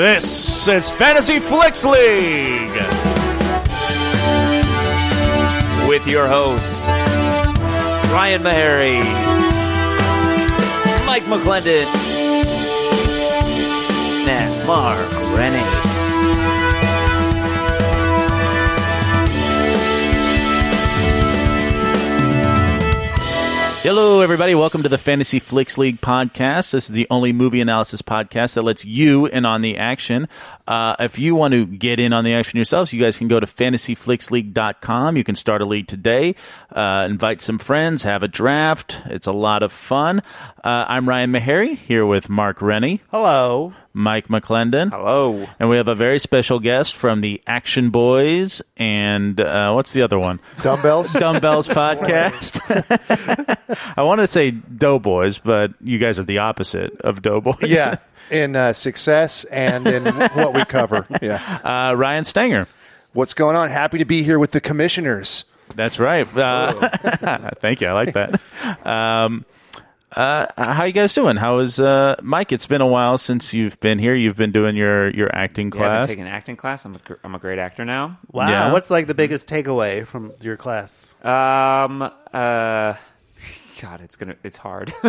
This is Fantasy Flicks League with your hosts Ryan Mahary, Mike McClendon, and Mark Rennie. Hello, everybody. Welcome to the Fantasy Flicks League podcast. This is the only movie analysis podcast that lets you in on the action. Uh, if you want to get in on the action yourselves, you guys can go to fantasyflicksleague.com. You can start a league today, uh, invite some friends, have a draft. It's a lot of fun. Uh, I'm Ryan Meharry here with Mark Rennie, Hello. Mike McClendon. Hello. And we have a very special guest from the Action Boys and uh, what's the other one? Dumbbells? Dumbbells podcast. I want to say Doughboys, but you guys are the opposite of Doughboys. yeah. In uh, success and in what we cover. Yeah. Uh, Ryan Stanger. What's going on? Happy to be here with the commissioners. That's right. Uh, thank you. I like that. Um, uh, how you guys doing? How is uh, Mike? It's been a while since you've been here. You've been doing your, your acting Yeah, I've class. been taking acting class. I'm a, gr- I'm a great actor now. Wow, Yeah. what's like the biggest takeaway from your class? Um, uh, God, it's gonna, it's hard.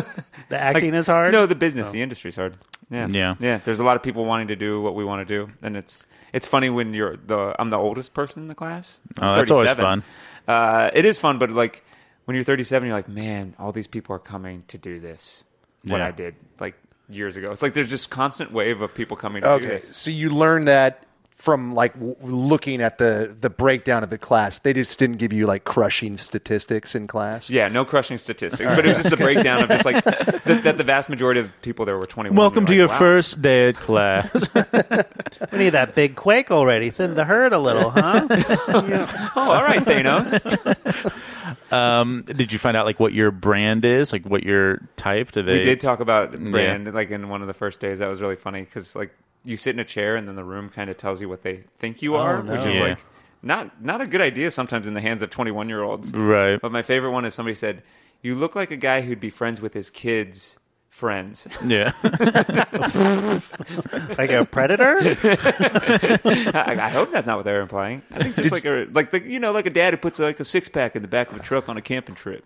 The acting is hard. Oh. no, the business, the industry's hard. Yeah, Yeah. yeah. There's a lot of people wanting to do what we want to do, and it's it's funny when you're the I'm the oldest person in the class. I'm Oh, that's always 37. Uh, it is fun, but like when you're 37, you're like, man, all these people are coming to do this. What Yeah. I did like years ago. It's like there's just constant wave of people coming to do Okay. this. So you learned that from like w- looking at the the breakdown of the class. They just didn't give you like crushing statistics in class. Yeah, no crushing statistics, but it was just a breakdown of just like that, that the vast majority of people there were 21. Welcome You're to like, your wow. first day at class. we need that big quake already. Thin the herd a little, huh? Oh, all right, Thanos. Um, Did you find out like what your brand is, like what your type? Do they? we did talk about brand like in one of the first days. That was really funny because like you sit in a chair and then the room kind of tells you what they think you are, no. which is Yeah. like not not a good idea sometimes in the hands of 21 year olds. Right. But my favorite one is somebody said, "You look like a guy who'd be friends with his kids." Friends, Yeah. like a predator. I, I hope that's not what they're implying. I think just like a like the, you know like a dad who puts like a six pack in the back of a truck on a camping trip.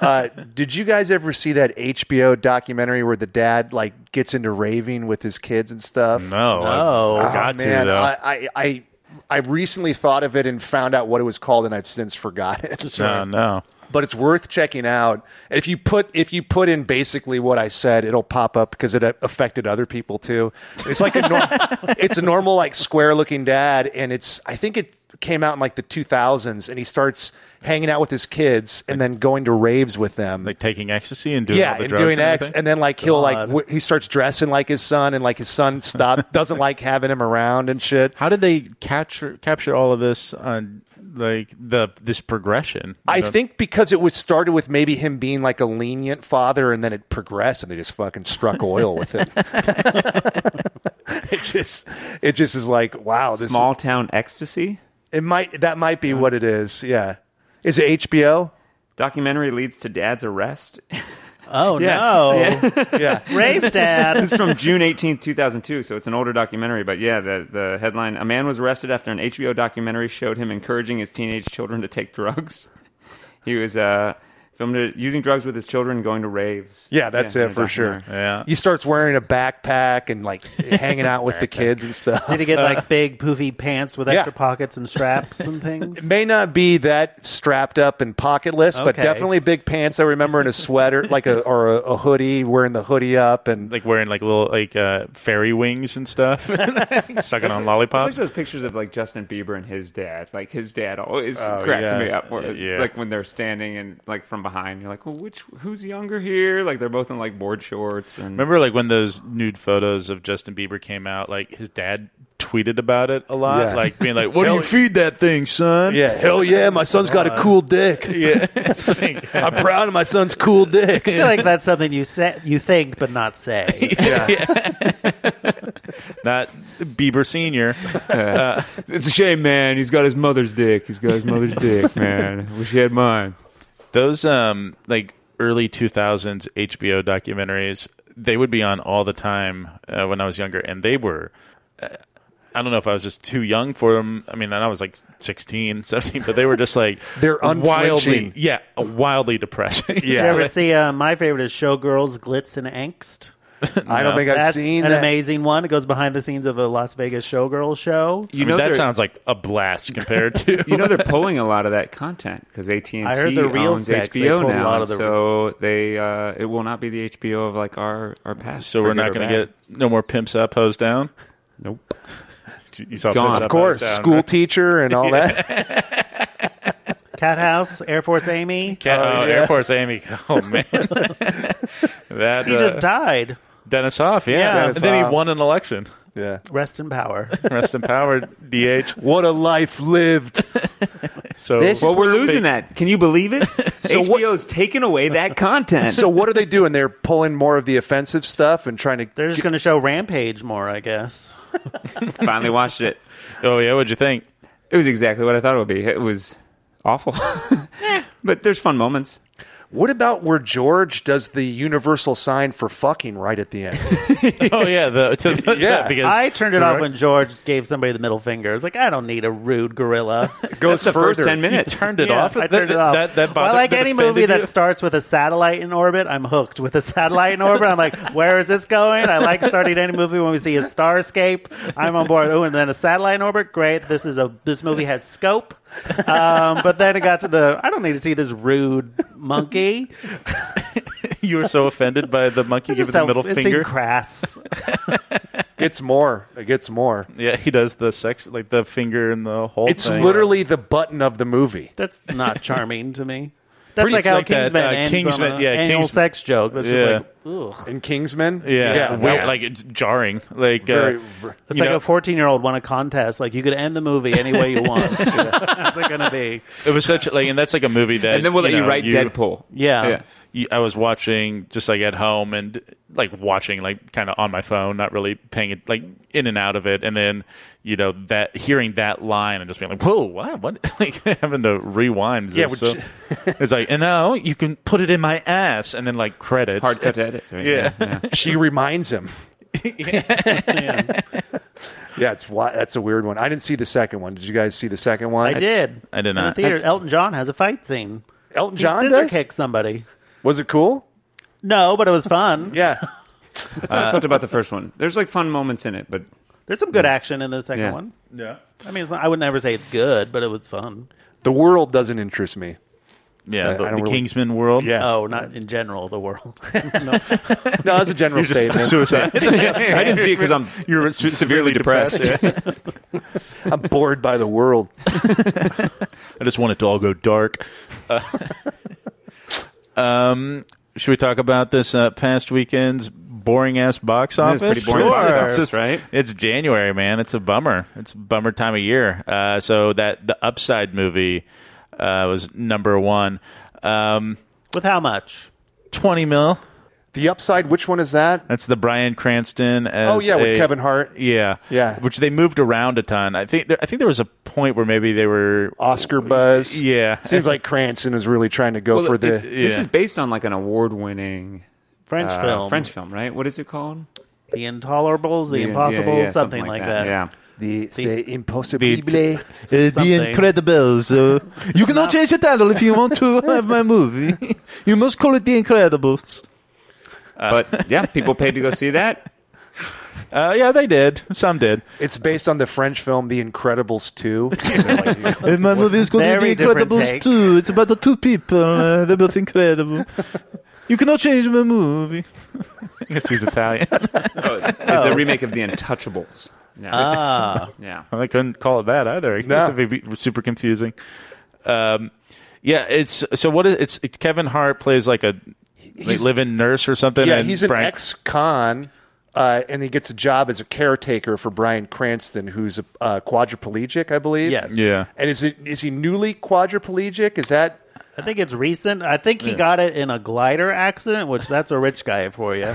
Uh, did you guys ever see that HBO documentary where the dad like gets into raving with his kids and stuff? No. No. I forgot Oh, to man, though. Uh, I, I I I recently thought of it and found out what it was called, and I've since forgot it. no, no. but it's worth checking out. If you put if you put in basically what I said, it'll pop up because it uh, affected other people too. It's like a nor- it's a normal like square looking dad, and it's I think it came out in like the 2000s, and he starts hanging out with his kids and then going to raves with them. Like taking ecstasy and doing yeah, all the and drugs doing X, everything? and then like he'll like God. w- he starts dressing like his son, and like his son stop doesn't like having him around and shit. How did they capture capture all of this on like the this progression? I You know? think because it was started with maybe him being like a lenient father, and then it progressed, and they just fucking struck oil with it. it just, it just is like, wow, this Small town ecstasy. It might that might be what it is. Yeah, is it HBO? Documentary leads to dad's arrest. Oh Yeah. no, Yeah, rape dad. It's from June 18, 2002, so it's an older documentary. But yeah, the, the headline A man was arrested after an HBO documentary showed him encouraging his teenage children to take drugs. He was uh, filmed it using drugs with his children and going to raves. yeah, that's in it a for sure. documentary. Yeah. he starts wearing a backpack and like hanging out with the kids and stuff. Did he get like big poofy pants with Yeah. extra pockets and straps and things? It may not be that strapped up and pocketless, but Okay. definitely big pants. I remember in a sweater, like a or a, a hoodie, wearing the hoodie up and like wearing like little like uh, fairy wings and stuff, sucking on It's lollipops. like those pictures of like Justin Bieber and his dad. Like his dad always Oh, cracks yeah. me up. Or, Yeah. Like when they're standing and like from behind, you're like, well, which who's younger here? Like they're both in like board shorts and Remember like when those nude photos of Justin Bieber came out? Like his dad tweeted about it a lot, Yeah. like being like, "What do you feed that thing, son?" Yeah, hell yeah, my son's got a cool dick. yeah. Like, I'm proud of my son's cool dick. I feel like that's something you say, you think, but not say. Not Bieber Senior. It's a shame, man. He's got his mother's dick. He's got his mother's dick, man. I wish he had mine. those um like early 2000s HBO documentaries they would be on all the time uh, when I was younger and they were I don't know if I was just too young for them. I mean, and I was like 16, 17, but they were just like They're wildly, unflinching. yeah, wildly depressing. Yeah. you ever see uh, my favorite is Showgirls Glitz and Angst? I don't think I've That's seen an that. amazing one. It goes behind the scenes of a Las Vegas Showgirl show. You know know that they're- sounds like a blast compared to You know they're pulling a lot of that content because AT and I heard T the real owns sex, they HBO pull a now, lot and of the- so they uh, it will not be the HBO of like our our past. so we're for not good or going bad. to get no more pimps up, hose down. nope. You saw Gone. Pimps Up, Of Of course, Hose Down, school right? teacher and all that. Cat House, Air Force Amy. Cat- oh, Air Force Amy. Oh man, that He uh, just died. Dennis Hoff. Yeah, Yeah. Dennis and then Hoff. he won an election. Yeah. Rest in power. Rest in power, DH. What a life lived. So This- Well, we're They- losing that. Can you believe it? So what- HBO's taken away that content. so what are they doing? They're pulling more of the offensive stuff and trying to. They're just going to show Rampage more, I guess. finally watched it. oh yeah, what'd you think? It was exactly what I thought it would be. It was awful, but there's fun moments. What about where George does the universal sign for fucking right at the end? Oh yeah, the, to, to- Yeah. because I turned it off Right. when George gave somebody the middle finger. I was like, I don't need a rude gorilla. Goes The first further. ten minutes. turned it Yeah, off. I That- turned it that- off. That, that bothered, well, like that any offended movie you? that starts with a satellite in orbit, I'm hooked. With a satellite in orbit, I'm like, where is this going? I like starting any movie when we see a starscape. I'm on board. Oh, and then a satellite in orbit. Great. This is a this movie has scope. Um, but then it got to the I don't need to see this rude monkey. you were so offended by the monkey giving Just the how- middle it seemed finger. crass. Gets more. It gets more. yeah, he does the sex like the finger in the hole. It's thing. literally the button of the movie. That's not charming to me. That's Pretty like how like that, Kingsman uh, ends Kingsman- on a yeah, anal Kingsman. sex joke. That's Yeah. just like, ugh. In Kingsman? yeah, well, weird. like it's jarring. Like Very- uh, It's you like know, a 14 year old won a contest. Like, you could end the movie any way you want. How's it going to be? it was such like, and that's like a movie that. and then we'll let you, you know, write Deadpool. Yeah. yeah. you- I was watching just like at home and like watching like kind of on my phone, not really paying it like in and out of it. And then you know that hearing that line and just being like, "Whoa, what? What?" Like having to rewind. Yeah, It's which- so- it's like, and now you can put it in my ass, and then like credits. Hard cut to edit. Right? Yeah. she reminds him. yeah, it's wi- that's a weird one. I didn't see the second one. Did you guys see the second one? I did. I did In not. the theater, Elton John has a fight scene. Elton He John scissor does? kicked somebody. Was it cool? No, but it was fun. Yeah. That's how I felt about the first one. There's like fun moments in it, but There's some good action in the second Yeah. one. Yeah, I mean, it's not, I would never say it's good, but it was fun. the world doesn't interest me. yeah. I the don't the really- Kingsman world. Yeah. Oh, not in general, the world. No, that's a general statement. Suicide. I didn't see it because I'm You're severely depressed. I'm bored by the world. I just want it to all go dark. Uh, um, should we talk about this uh, past weekend's boring ass box office? is pretty boring Sure. box office, It's just- right? It's January, man. It's a bummer. It's a bummer time of year. Uh, so that the Upside movie uh, was number one. Um, With how much? Twenty mil. The upside, which one is that? That's the Brian Cranston. As Oh yeah, with a- Kevin Hart, Yeah, Yeah. Which they moved around a ton. I think. There, I think there was a point where maybe they were. Oscar buzz. Yeah. seems like Cranston is really trying to go Well, for it- the. This Yeah. is based on like an award-winning French uh, film. French film, right? What is it called? The Intolerables, The Yeah, Impossible, yeah, yeah, something, like that. Yeah. the c'est impossible. Uh, the Something. Incredibles. Uh, you cannot change the title if you want to have my movie. You must call it The Incredibles. Uh, but yeah, people paid to go see that. Uh, yeah, they did. Some did. It's based on the French film The Incredibles 2. Uh, my movie is called Very The different Incredibles take. 2. It's about the two people. Uh, they're both incredible. You cannot change my movie. I guess he's Italian. Oh, it's a remake of The Untouchables. Yeah. Ah, yeah. Well, they couldn't call it that either. I guess it'd be super confusing. Um, yeah, it's so. What is it's, it's Kevin Hart plays like a like He's- live-in nurse or something. yeah, and he's an Brian- ex-con, uh, and he gets a job as a caretaker for Brian Cranston, who's a uh, quadriplegic, I believe. Yes. Yeah. And is it is he newly quadriplegic? Is that I think it's recent. I think he got it in a glider accident, which that's a rich guy for you.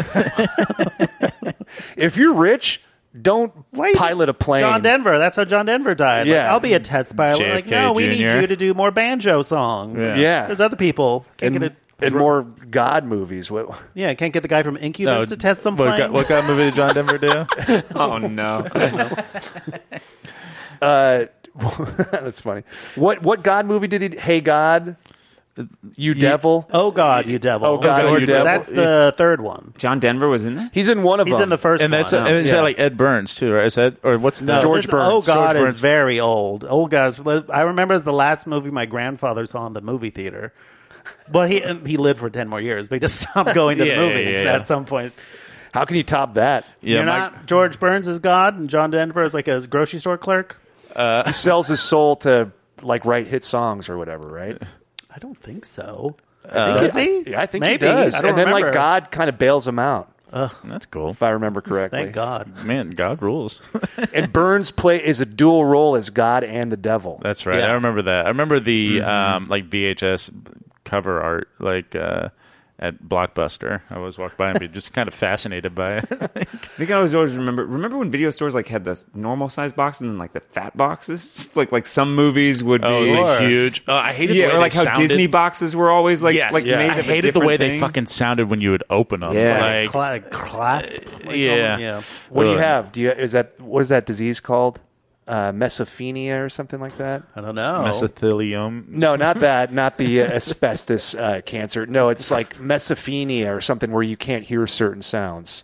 if you're rich, don't Why you- pilot a plane. John Denver. That's how John Denver died. Like, Yeah. I'll be a test pilot. like, JFK no, we need Jr.. you to do more banjo songs. Yeah. Yeah. There's other people. Can't And get a and more God movies. What? Yeah, I can't get the guy from Incubus to test some what, planes. got, what kind of movie did John Denver do? Oh no! Uh, that's funny. What what God movie did he? Hey God, you devil. Oh God, you devil! Oh, God, you devil. That's the third one. John Denver was in that. He's in one of He's them. in the first And one. that's and is that like Ed Burns too, right? Is that or what's the No, George this- Burns. Oh God George is very old. Oh God, is, I remember as the last movie my grandfather saw in the movie theater. Well, he um, he lived for ten more years, but he just stopped going to Yeah, the yeah, movies yeah, yeah. at some point. How can you top that? Yeah, You're my- not George Burns is God, and John Denver is like a grocery store clerk. He sells his soul to like write hit songs or whatever, right? I don't think so. does he? Yeah, Uh, I think Maybe. he does. I don't and then like remember. God kind of bails him out, That's cool. if I remember correctly. Thank God. Man, God rules. and Burns play is a dual role as God and the devil. That's right. Yeah. I remember that. I remember the um, like VHS cover art, like uh, at Blockbuster. I always walk by and be just kind of fascinated by it. I think I always always remember. Remember when video stores like had the normal size boxes and like the fat boxes? Like like some movies would be oh, the huge. Oh, I hated Yeah, the way or like they how sounded. Disney boxes were always like Yes, like yeah. made I of a hated the way different they thing. fucking sounded when you would open them. Yeah. like, Cla- clasp. uh, like, yeah. um, yeah. What do you Ugh. have? Do you is that what is that disease called? Uh, mesophenia or something like that? I don't know. Mesothelium. No, not that. Not the uh, asbestos uh, cancer. No, it's like mesophenia or something where you can't hear certain sounds.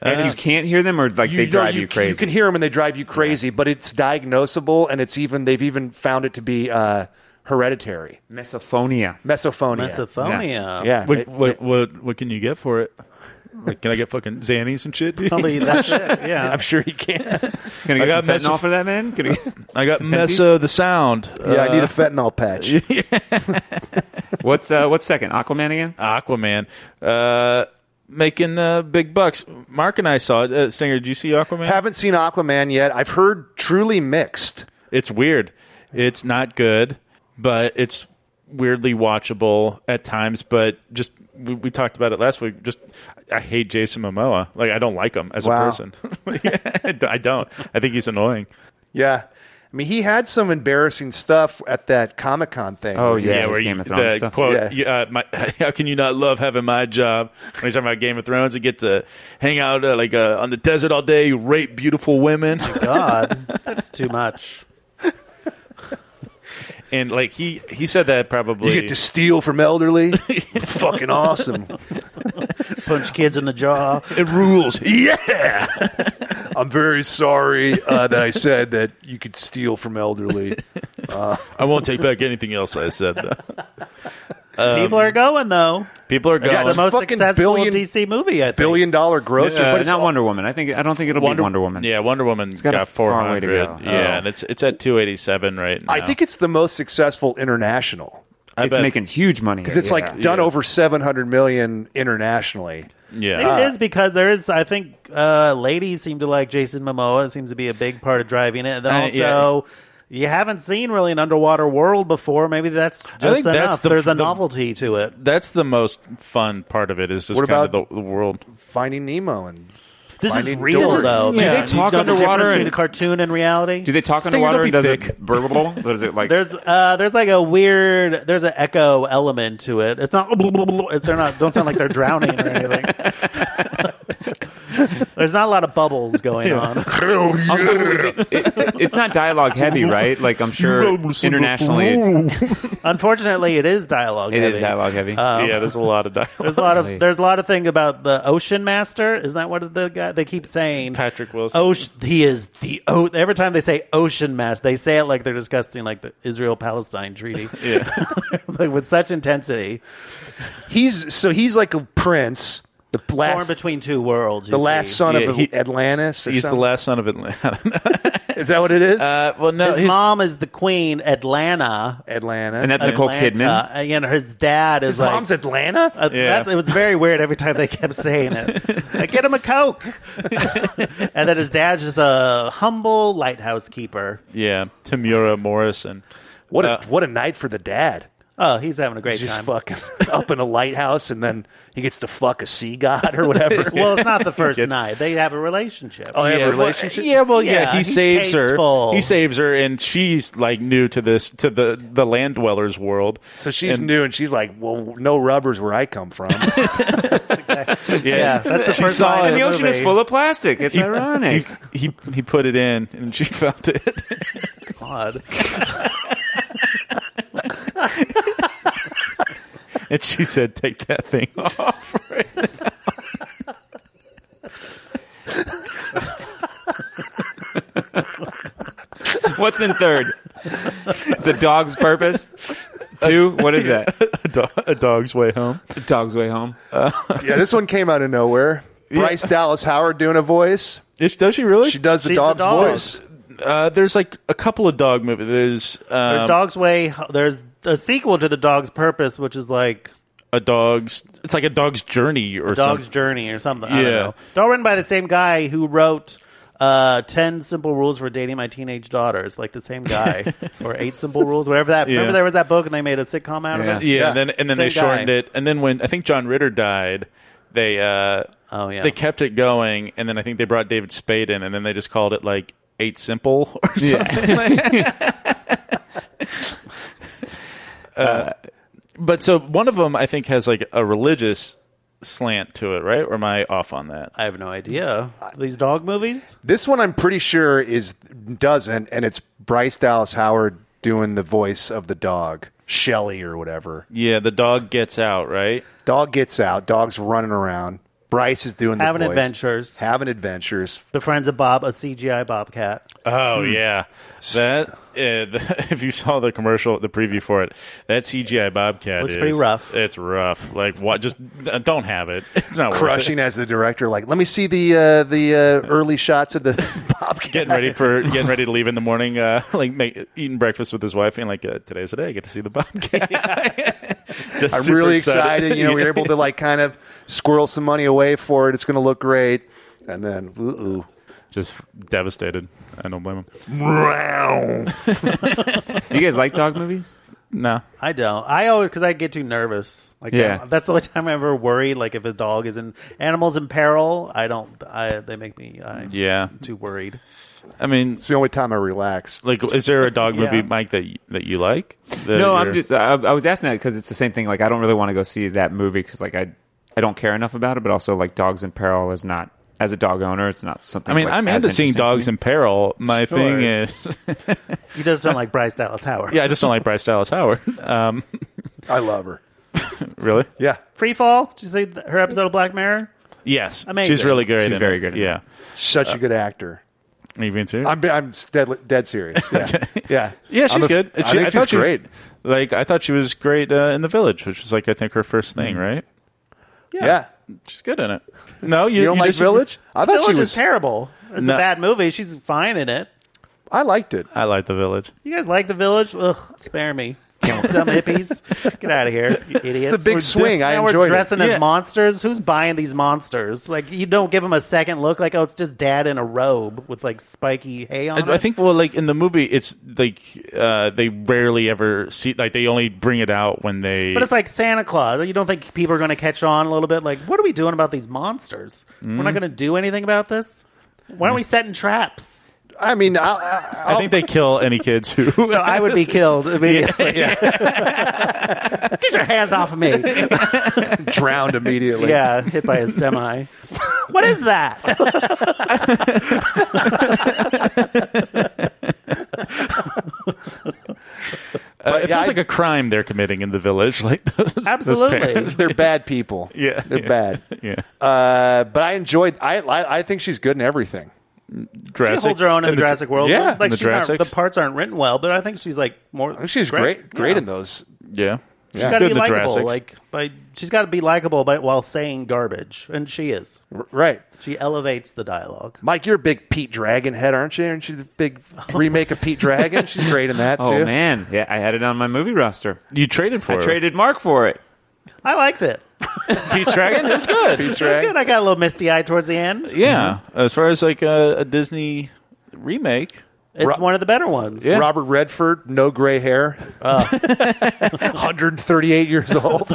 and you can't hear them or like they no, drive you, you crazy. can hear them and they drive you crazy, but it's diagnosable and it's even they've even found it to be uh, hereditary Mesophonia. mesophonia. Mesophonia. yeah, What, it- what what what can you get for it? Like, can I get fucking Xannies and shit? dude? Probably that shit. Yeah. I'm sure you can. Can I I get got some meso- fentanyl for that man? Can I- I got Fenties? Mesa the sound. yeah, I need Uh, a fentanyl patch. what's uh, what's second? Aquaman again? Aquaman. Uh, making uh, big bucks. Mark and I saw it. Uh, Stinger, did you see Aquaman? Haven't seen Aquaman yet. I've heard truly mixed. It's weird. It's not good, but it's weirdly watchable at times. But just we, we talked about it last week. Just I hate Jason Momoa. Like I don't like him as Wow. a person. I don't. I think he's annoying. Yeah. I mean, he had some embarrassing stuff at that Comic Con thing. Oh, yeah. where it's you- Game of Thrones the stuff. quote, Yeah. you, uh, my, how can you not love having my job? When he's talking about Game of Thrones, you get to hang out uh, like uh, on the desert all day, you rape beautiful women, God, that's too much. and like he he said that probably. You get to steal from elderly. Fucking awesome. Punch kids in the jaw. it rules. Yeah. I'm very sorry uh, that I said that you could steal from elderly. I won't take back anything else I said. Though. People are going though. People are Yeah, going. The it's most fucking successful billion- DC movie, I think. Billion dollar grosser, Uh, but it's not Wonder Woman. I think I don't think it'll be Wonder Woman. Yeah, Wonder Woman got got, a four far way to hundred. go. Yeah, Oh. and it's it's at two eighty seven right now. I think it's the most successful international I it's bet- making huge money. because it's like done Yeah. over 700 million internationally. yeah. Maybe it is because there is. I think uh, ladies seem to like Jason Momoa. It seems to be a big part of driving it. And then Uh, yeah. also, you haven't seen really an underwater world before. Maybe that's just think enough. that's the- There's a the- novelty to it. That's the most fun part of it. Is just What kind about- of the, the world. Finding Nemo and This Finding is real, Dory. though. Do they talk You know the difference underwater between and- a cartoon and reality? Do they talk Stinger, underwater? don't and be thick. does it burble? Or Does it like There's uh, there's like a weird there's an echo element to it. It's not they're not don't sound like they're drowning or anything. there's not a lot of bubbles going on. also is it, it, it's not dialogue heavy, right? Like I'm sure internationally it Unfortunately, it is dialogue. it is heavy. dialogue heavy. Uh, yeah, there's a lot of There's dialogue. a lot of there's a lot of thing about the Ocean Master. Isn't that what the guy they keep saying? Patrick Wilson. Ocean. He is the oh. Every time they say Ocean Master, they say it like they're discussing like the Israel Palestine treaty. Yeah, like with such intensity. he's so he's like a prince, the Born last, between two worlds. you the last see. son Yeah, of he- Atlantis. Or He's the something. last son of Atlanta. Is that what it is? uh, well, no, His mom is the queen, Atlanta. Atlanta. and that's Nicole Kidman. Atlanta, uh, And his dad is his like. mom's Atlanta. uh, Yeah. that's, it was very weird every time they kept saying it. Like, get him a Coke. and then his dad's just a humble lighthouse keeper. yeah, Tamura Morrison. What a Uh, what a night for the dad. Oh, he's having a great Just time. fucking up in a lighthouse, and then he gets to fuck a sea god or whatever. Well, it's not the first night. They have a relationship. Oh, they have yeah, a relationship. Well, yeah, well, yeah, Yeah, he he's saves tasteful. her. He saves her, and she's like new to this, to the the land dwellers world. So she's And- new, and she's like, "Well, no rubbers where I come from." yeah. that's the She first saw line. it. of And the ocean is movie. full of plastic. It's ironic. He he put it in, and she felt it. God. And she said, "Take that thing off." What's in third? It's a dog's purpose. Two. What is that? A, do- a dog's way home. A dog's way home. yeah, this one came out of nowhere. Bryce Dallas Howard doing a voice. Is, does she really? She does the She's the dog's dog. voice. uh, there's like a couple of dog movies. There's, um, There's Dog's Way. There's a sequel to The Dog's Purpose, which is like a dog's. It's like a dog's journey or Dog's something. Journey or something. I don't Yeah. know. They're all written by the same guy who wrote uh, 10 Simple Rules for Dating My Teenage Daughters, like the same guy. or 8 Simple Rules, whatever that. Yeah. Remember there was that book and they made a sitcom out Yeah. of it? Yeah, Yeah. and then and then they Same guy. shortened it, and then when I think John Ritter died, they uh, Oh, yeah. they kept it going, and then I think they brought David Spade in, and then they just called it like Eight Simple or something. Uh, but so one of them I think has like a religious slant to it, right? Or am I off on that? I have no idea. These dog movies? This one I'm pretty sure is doesn't, and it's Bryce Dallas Howard doing the voice of the dog, Shelly or whatever. Yeah, the dog gets out, right? Dog gets out. Dog's running around. Bryce is doing the Having voice. Adventures. Having adventures. The Friends of Bob, a CGI bobcat. Oh yeah, that uh, the, if you saw the commercial, the preview for it, that CGI Bobcat Looks is- pretty rough. It's rough. Like what? Just uh, don't have it. It's not Crushing Worth as the director, like, let me see the uh, the uh, early shots of the it. Bobcat. Getting ready for getting ready to leave in the morning. Uh, like make, eating breakfast with his wife, and like uh, today's the day. I get to see the Bobcat. Just I'm super really excited. You know, we were able to like kind of squirrel some money away for it. It's going to look great. And then, ooh, Just devastated. I don't blame him. Do you guys like dog movies? No. I don't. I always because I get too nervous. Like Yeah. I'm- that's the only time I ever worry. Like if a dog is in animals in peril, I don't. I they make me. I'm Yeah. too worried. I mean, it's the only time I relax. like, is there a dog Yeah. movie, Mike, that you, that you like? That No, I'm you're- just. I, I was asking that because it's the same thing. Like, I don't really want to go see that movie because, like, I I don't care enough about it. But also, like, Dogs in Peril is not as a dog owner. It's not something. I mean, like, I'm as into seeing interesting to dogs me. in peril. My thing is, You just don't like Bryce Dallas Howard. yeah, I just don't like Bryce Dallas Howard. Um, I love her. really? Yeah. Free Fall. Did you see th- her episode of Black Mirror? Yes, Amazing. she's really good. She's in very it. good in Yeah, Such a good actor. Are you being serious? I'm I'm dead, dead serious. Yeah, yeah, yeah, she's I'm a- good. I She- think thought she's she was- great. like I thought she was great uh, in The Village, which is like I think her first thing, Mm. right? yeah. She's good in it. No, you, you don't like disagree? Village? I thought Village she is was. terrible. It's No. a bad movie. She's fine in it. I liked it. I like The Village. You guys like The Village? Ugh, spare me. Dumb hippies, get out of here, you idiots! It's a big We're swing. I now enjoyed we're it. dressing Yeah. as monsters. Who's buying these monsters? Like you don't give them a second look. Like oh, it's just dad in a robe with like spiky hay on. I, I it. think well, like in the movie, it's like uh, they rarely ever see. Like they only bring it out when they. But it's like Santa Claus. You don't think people are going to catch on a little bit? Like, what are we doing about these monsters? We're Mm. not going to do anything about this. Why aren't we setting traps? I mean, I, I, I think they kill any kids who. So I would be killed immediately. Get your hands off of me! I drowned immediately. yeah, hit by a semi. what is that? but it yeah, feels I- like a crime they're committing in the village. Like those- those Absolutely. parents. they're bad people. Yeah, they're yeah. bad. Yeah, Uh, but I enjoyed. I, I I think she's good in everything. She Jurassic- holds her own in the Jurassic World. yeah, like the she's not, Jurassics. the parts aren't written well, but I think she's like I more. think she's great. Great, Yeah. in those. Yeah, she's She's got good in to be the likable, Jurassic. like by she's got to be likable, by while saying garbage, and she is. R- Right, She elevates the dialogue. Mike, you're a big Pete Dragon head, aren't you? Aren't you the big remake of Pete Dragon? She's great in that Oh too. man, yeah, I had it on my movie roster. you traded for I her. traded Mark for it. I liked it. Pete's Dragon. It was good. Pete's It was Dragon. good. I got a little misty eye towards the end. Yeah, as far as like a, a Disney remake, It's Ro- one of the better ones. Robert Redford, no gray hair, Uh, 138 years old.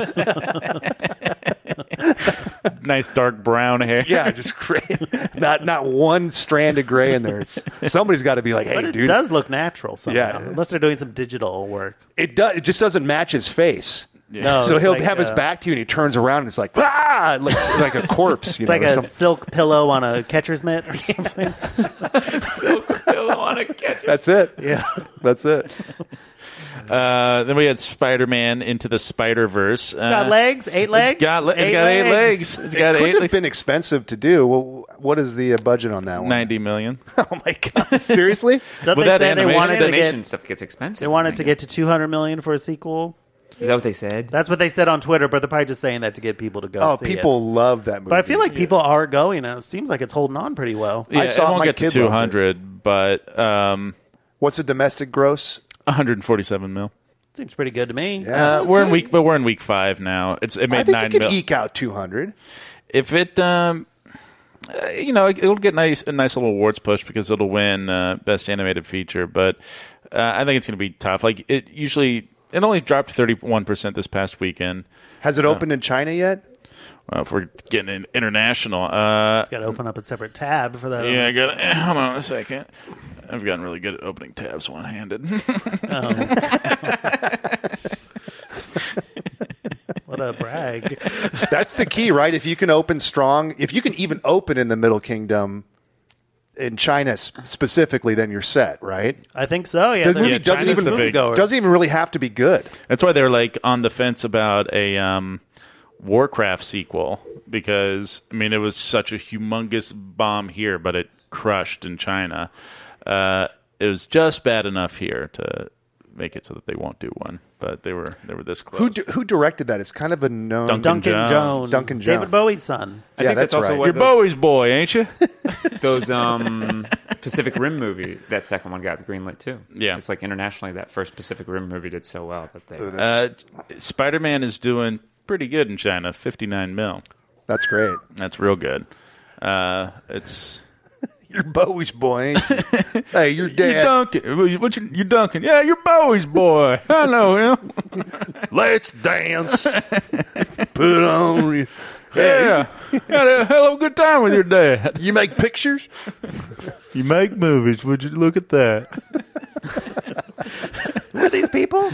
nice dark brown hair. yeah, just gray. Not not one strand of gray in there. It's somebody's got to be like, hey, But it dude, does look natural somehow, Yeah. unless they're doing some digital work. it does. It just doesn't match his face. No, so it's he'll like, have his uh, back to you, and he turns around, and it's like, ah, it looks like a corpse. You It's like know, or a something. silk pillow on a catcher's mitt or something. want to catch That's it. Yeah, that's it. Uh, then we had Spider Man into the Spider Verse. got legs, eight legs. It's got, le- it's got eight legs. It's got Could eight have legs. been expensive to do. Well, what is the uh, budget on that one? Ninety million. Oh my god! Seriously? Don't With they that say they animation, wanted to Animation get stuff gets expensive. they wanted to get to 200 million for a sequel? Is that what they said? That's what they said on Twitter, but they're probably just saying that to get people to go. oh, see it. people love that movie. But I feel like people are going. and It seems like it's holding on pretty well. Yeah, I saw it won't my get to kid love it. two hundred, but um, what's the domestic gross? one hundred forty-seven mil. Seems pretty good to me. Uh, we're in week, but we're in week five now. It's it I made think nine you could mil. eke out two hundred. If it, um, uh, you know, it, it'll get nice a nice little awards push because it'll win uh, best animated feature. But uh, I think it's going to be tough. Like it usually, it only dropped thirty-one percent this past weekend. Has it opened in China yet? Well, if we're getting in international, uh, Got to open up a separate tab for that. yeah, I got. eh, Hold on a second. I've gotten really good at opening tabs one-handed. What a brag. That's the key, right? If you can open strong, if you can even open in the Middle Kingdom, in China s- specifically, then you're set, right? I think so. Yeah, The they're- movie Yeah, doesn't China's even the big- moviegoer. doesn't even really have to be good. That's why they're like on the fence about a um, Warcraft sequel because I mean it was such a humongous bomb here, but it crushed in China. Uh, it was just bad enough here to make it so that they won't do one, but they were they were this close. Who d- who directed that? It's kind of a known. Duncan. Duncan Jones. Jones. Duncan Jones. David Bowie's son. I Yeah, think that's, that's also right. what You're those, Bowie's boy, ain't you? those um, Pacific Rim movie. That second one got greenlit too. Yeah. it's like internationally that first Pacific Rim movie did so well that they. uh, Spider Man is doing pretty good in China, fifty nine mil. That's great. That's real good. Uh, it's You're Bowie's boy. ain't you? hey, you're you're dead. Duncan. What you, you're Duncan? Yeah, you're Bowie's boy. I know him. Let's dance. Put on. your- Yeah. Had a hell of a good time with your dad. You make pictures. You make movies. Would you look at that? Who are these people?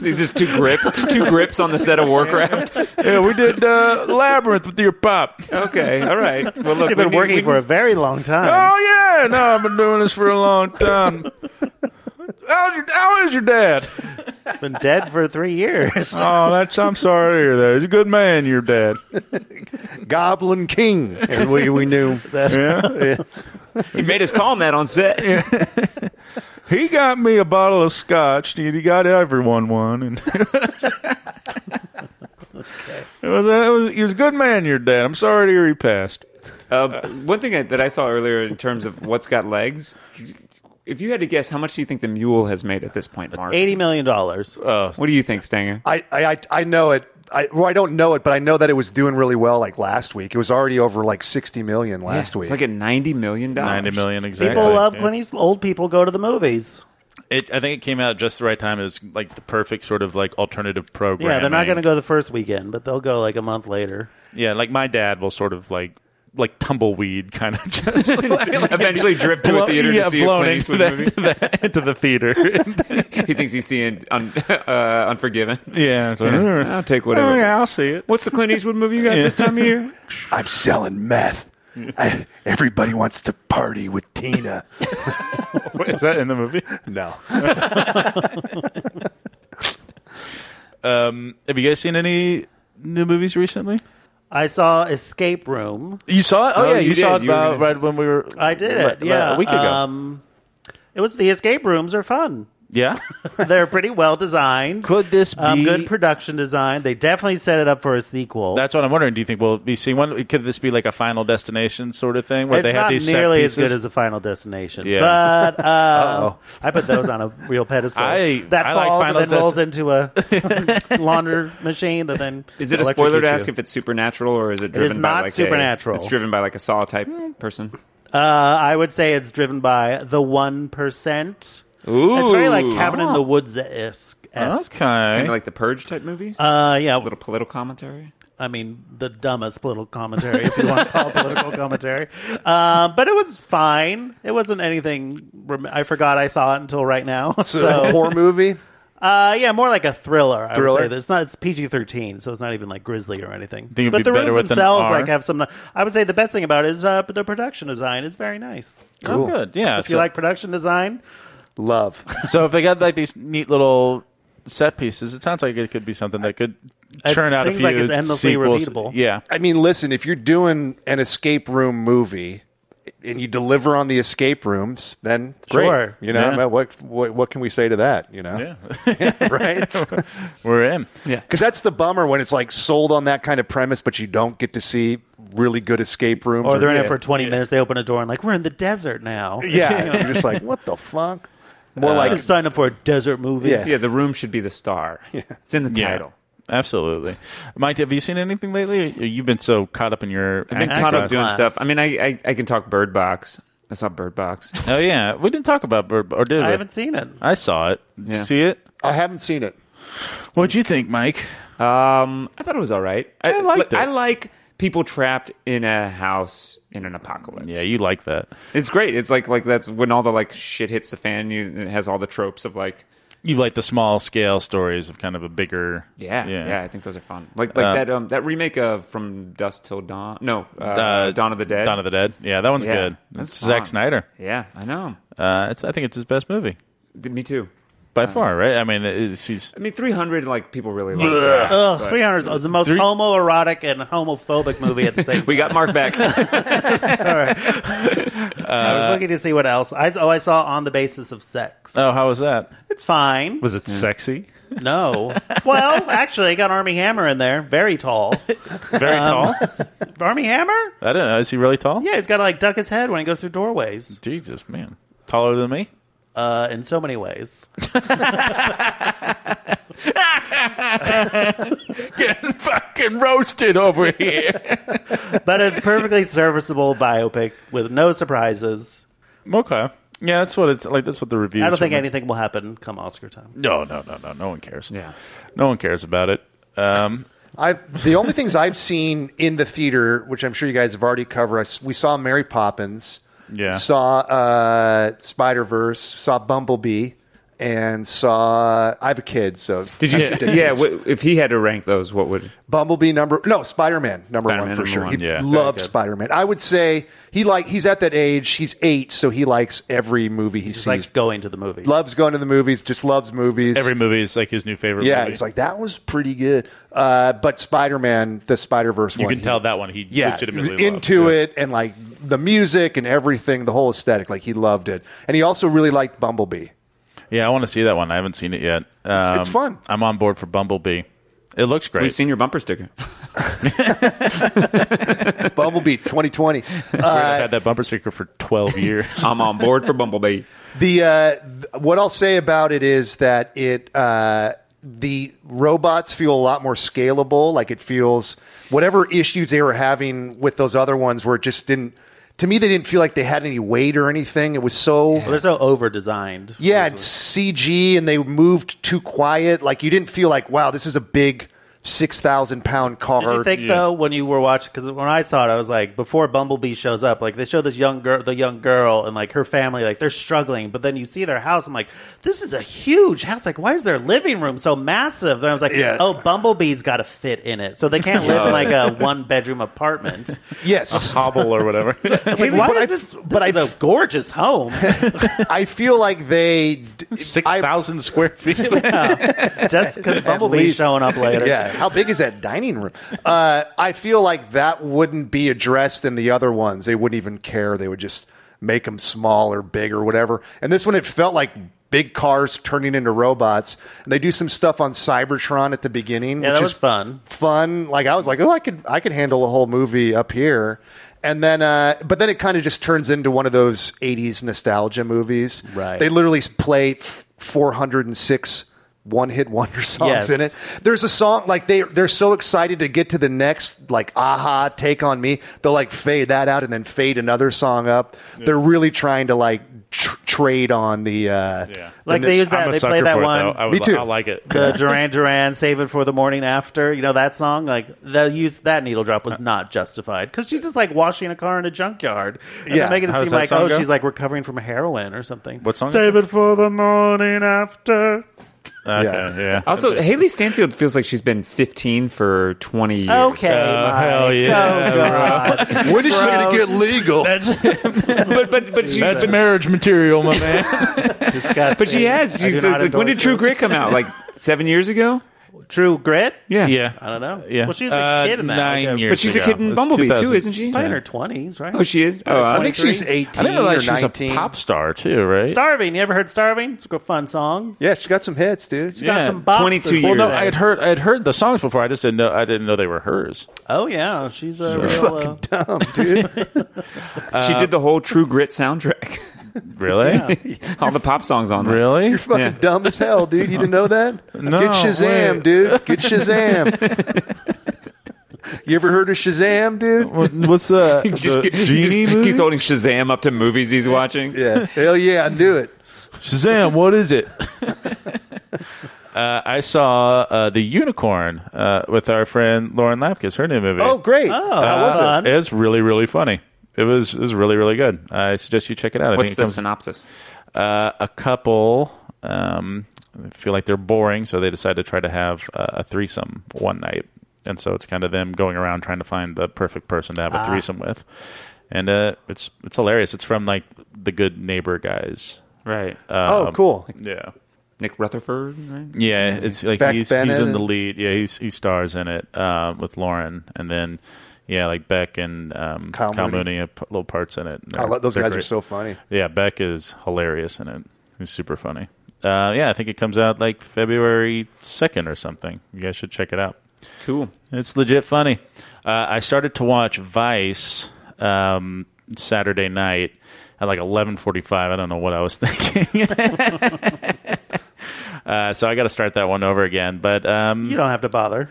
These just two grip, two grips on the set of Warcraft. Yeah, we did uh, Labyrinth with your pop. Okay, all right. Well, look, They've been we need- working we for a very long time. Oh, yeah. No, I've been doing this for a long time. How's your, how is your dad? Been dead for three years. Oh, that's I'm sorry to hear that. He's a good man, your dad. Goblin King. And we we knew. Yeah, He made his call, Matt, on set. he got me a bottle of scotch, and he got everyone one. And it was, it was, he was a good man, your dad. I'm sorry to hear he passed. Uh, one thing that that I saw earlier in terms of what's got legs, if you had to guess, how much do you think the mule has made at this point, Mark? Eighty million dollars. Oh, What do you think, Stanger? I, I, I- I know it. I, well, I don't know it, but I know that it was doing really well like last week. It was already over like 60 million last week. It's like at ninety million dollars. Ninety million exactly. People love Yeah. Clint Eastwood. Old people go to the movies. It, I think it came out at just the right time. It was like the perfect sort of like alternative program. Yeah, they're not going to go the first weekend, but they'll go like a month later. Yeah, like my dad will sort of like like tumbleweed kind of just Eventually, drift to blow- a theater yeah, to see a blown Clint into Eastwood the, movie. the- into the theater. he thinks he's seeing un, uh, Unforgiven. yeah, so, I'll take whatever. Oh, yeah, I'll see it. What's the Clint Eastwood movie you got this time of year? I'm selling meth. Mm. I, everybody wants to party with Tina. What, is that in the movie? No. Um, have you guys seen any new movies recently? I saw Escape Room. You saw it? Oh, Oh, yeah, you, you saw it did. You were about gonna- right when we were. I did it. li- Yeah, a week ago. Um, it was the escape rooms are fun. yeah. They're pretty well designed. Could this be um, good production design. They definitely set it up for a sequel. That's what I'm wondering. Do you think we'll be seeing one? Could this be like a Final Destination sort of thing where it's they have not these set nearly as pieces? good as a Final Destination, Yeah. but uh, I put those on a real pedestal. I- that I like falls Final and then rolls Desti- into a launder machine that then Is it a spoiler electrocutes to ask you. if it's supernatural or is it driven is by not like a- supernatural. it's driven by like a Saw type person. Uh, I would say it's driven by the one percent. Ooh, It's very like Cabin in the Woods esque. kind Ah. Okay. of like the Purge type movies. Uh, yeah, a little political commentary. I mean, the dumbest political commentary, if you want to call it political commentary. Um, but it was fine. It wasn't anything. Rem- I forgot I saw it until right now. It's a So, horror movie. uh, yeah, more like a thriller. I Thriller? Would say. It's not. It's PG thirteen, so it's not even like grisly or anything. Think it'd but be the better rooms with an themselves, R? like, have some. I would say the best thing about it is uh, the production design is very nice. Oh, good. Yeah. If so, you like production design, Love. so if they got like these neat little set pieces, it sounds like it could be something that could churn out a seems few like it's endlessly sequels. repeatable. Yeah. I mean, listen, if you're doing an escape room movie and you deliver on the escape rooms, then great. Sure. You know, Yeah. but what, what what can we say to that? You know, right? We're in. Yeah, Because that's the bummer when it's like sold on that kind of premise, but you don't get to see really good escape rooms. or Oh, they're in Yeah. it for twenty minutes. They open a door and like we're in the desert now. Yeah, you're just like, what the fuck? More Like like sign up for a desert movie. Yeah. yeah. The room should be the star. It's in the Yeah. title. Absolutely. Mike, have you seen anything lately? You've been so caught up in your. I've been acting caught up class. doing class. stuff. I mean, I, I I can talk Bird Box. I saw Bird Box. Oh yeah, we didn't talk about Bird, or did we? I haven't seen it. I saw it. Did Yeah. you see it? I haven't seen it. What'd you think, Mike? Um, I thought it was all right. I, liked look, it. I like people trapped in a house in an apocalypse. Yeah, you like that. it's great. It's like like that's when all the like shit hits the fan. You it has all the tropes of like You like the small scale stories of kind of a bigger. yeah yeah. I think those are fun. Like like Uh, that um that remake of From Dusk Till Dawn. No, uh, Uh, Dawn of the Dead. Dawn of the Dead. Yeah, that one's Yeah, good. that's It's Zack fun. Snyder. Yeah, I know. Uh, it's, I think it's his best movie Th- Me too. by Uh. far. Right? I mean, it's, he's I mean, three hundred like people really like. that. Ugh, 300 is the most homoerotic and homophobic movie at the same time. We got Mark back. I was looking to see what else. I, oh, I saw On the Basis of Sex. oh, how was that? It's fine. Was it sexy? No. well, actually, I got Army Hammer in there. Very tall. Very tall. Army Hammer? Um, I don't know. Is he really tall? Yeah, he's got to like duck his head when he goes through doorways Jesus, man, taller than me. uh, in so many ways. Getting fucking roasted over here. But it's perfectly serviceable biopic with no surprises. okay. Yeah, that's what it's like. That's what the reviews. I don't think were- anything will happen come Oscar time. No, no, no, no. No one cares. Yeah. No one cares about it. Um, I've the only things I've seen in the theater, which I'm sure you guys have already covered. I s we saw Mary Poppins, Yeah. saw uh, Spider Verse, saw Bumblebee, and saw I have a kid, so Did you? Yeah. w- if he had to rank those, what would? Bumblebee number no Spider Man number one Spider-Man for number sure. one, he yeah. loved Spider Man. I would say he like he's at that age. He's eight, so he likes every movie he It's sees. like going to the movie. loves going to the movies. Just loves movies. every movie is like his new favorite. yeah, movie. he's like that was pretty good. Uh, but Spider Man, the Spider Verse you one, can tell that one he yeah, legitimately he was into loves. it and like the music and everything, the whole aesthetic. Like he loved it, and he also really liked Bumblebee. Yeah. Yeah, I want to see that one. I haven't seen it yet. Um, it's fun. I'm on board for Bumblebee. It looks great. We've seen your bumper sticker. Bumblebee Uh, 2020. I've had that bumper sticker for 12 years. I'm on board for Bumblebee. The uh, th- what I'll say about it is that it uh, the robots feel a lot more scalable. Like it feels whatever issues they were having with those other ones, where it just didn't. To me, they didn't feel like they had any weight or anything. It was so They're so over designed. Yeah, it's CG, and they moved too quiet. Like you didn't feel like, wow, this is a big six thousand pound car. Did you think Yeah. though when you were watching? Because when I saw it, I was like, before Bumblebee shows up, like they show this young girl, the young girl, and like her family, like they're struggling. But then you see their house. I'm like, this is a huge house. Like, why is their living room so massive? Then I was like, Yeah. oh, Bumblebee's got to fit in it, so they can't live in like a one bedroom apartment. yes, Hobble or whatever. Like, but why I- is this? but But I- is a gorgeous home. I feel like they. d- I- 6,000 square feet. Just because Bumblebee's least. showing up later. Yeah, how big is that dining room? Uh, I feel like that wouldn't be addressed in the other ones. They wouldn't even care. They would just make them small or big or whatever. And this one, it felt like big cars turning into robots. And they do some stuff on Cybertron at the beginning, Yeah, which that is was fun. fun. Like I was like, oh, I could I could handle a whole movie up here. And then, uh, but then it kind of just turns into one of those '80s nostalgia movies. Right. They literally play f- 406 one hit wonder songs Yes. in it. There's a song like they they're so excited to get to the next like aha take on me. They'll like fade that out and then fade another song up. They're really trying to like tr- trade on the uh, Yeah. Like they use that, I'm a they sucker play that for it, one. though. I would Me li- too. I like it. the Duran Duran "Save It for the Morning After," you know that song. Like the use that needle drop Uh, was not justified because she's just like washing a car in a junkyard. And Yeah. they're making it How does seem that like song oh go? she's like recovering from heroin or something. What song is Save it for the morning after. Okay, yeah. Also, Haley Stanfield feels like she's been 15 for 20 years. Okay, Uh, Mike. hell yeah, Oh, God. when is she going to get Gross. legal? That's, But but but she that's marriage material, my man. Disgusting. but she has. I She's do not like, when did endorse True this. Grit come out? Like seven years ago? True Grit? Yeah. I don't know. Yeah. Well, she was a Uh, kid in that. Nine like years. But she's a ago. kid in It's Bumblebee, too, 2000. isn't she? She's probably in her twenties, right? Oh, she is. Oh, I think she's 18 I didn't or realize she's a 19. pop star too, right? Starving. You ever heard Starving? It's a fun song. Yeah, she got some hits, dude. Got Yeah. some bops 22 as years. Well, no, Years. I had heard I had heard the songs before. I just didn't know I didn't know they were hers. Oh yeah, she's a real, uh, Dumb, dude. she Uh, did the whole True Grit soundtrack. Really, All the pop songs on there. really? You're fucking Yeah. dumb as hell, dude. You didn't know that? No, Get Shazam, wait. dude. Get Shazam. you ever heard of Shazam, dude? What- What's that? He just, The he just genie movie? keeps holding Shazam up to movies he's watching. Yeah. Hell yeah, I knew it. Shazam, what is it? uh, I saw uh, the unicorn uh, with our friend Lauren Lapkus. Her new movie. Oh, great. Oh, Uh, fun. It was really really funny. It was it was really really good. I suggest you check it out. I What's think the it comes synopsis? uh, a couple um, feel like they're boring, so they decide to try to have uh, a threesome one night. And so it's kind of them going around trying to find the perfect person to have a threesome with. And uh, it's it's hilarious. It's from like the Good Neighbor guys. Right. uh, oh, cool. Yeah. Nick Rutherford, right? Yeah, it's like Beck he's Bennett he's in the and- lead. Yeah, he's he stars in it uh, with Lauren, and then yeah, like Beck and um, Kyle Kyle, Mooney. Mooney have p- little parts in it. And I they're- love, those they're guys are great. so funny. Yeah, Beck is hilarious in it. He's super funny. Uh, yeah, I think it comes out like February second or something. You guys should check it out. Cool. It's legit funny. Uh, I started to watch Vice um, Saturday night at like eleven forty-five. I don't know what I was thinking. Uh, so I got to start that one over again, but um, You don't have to bother.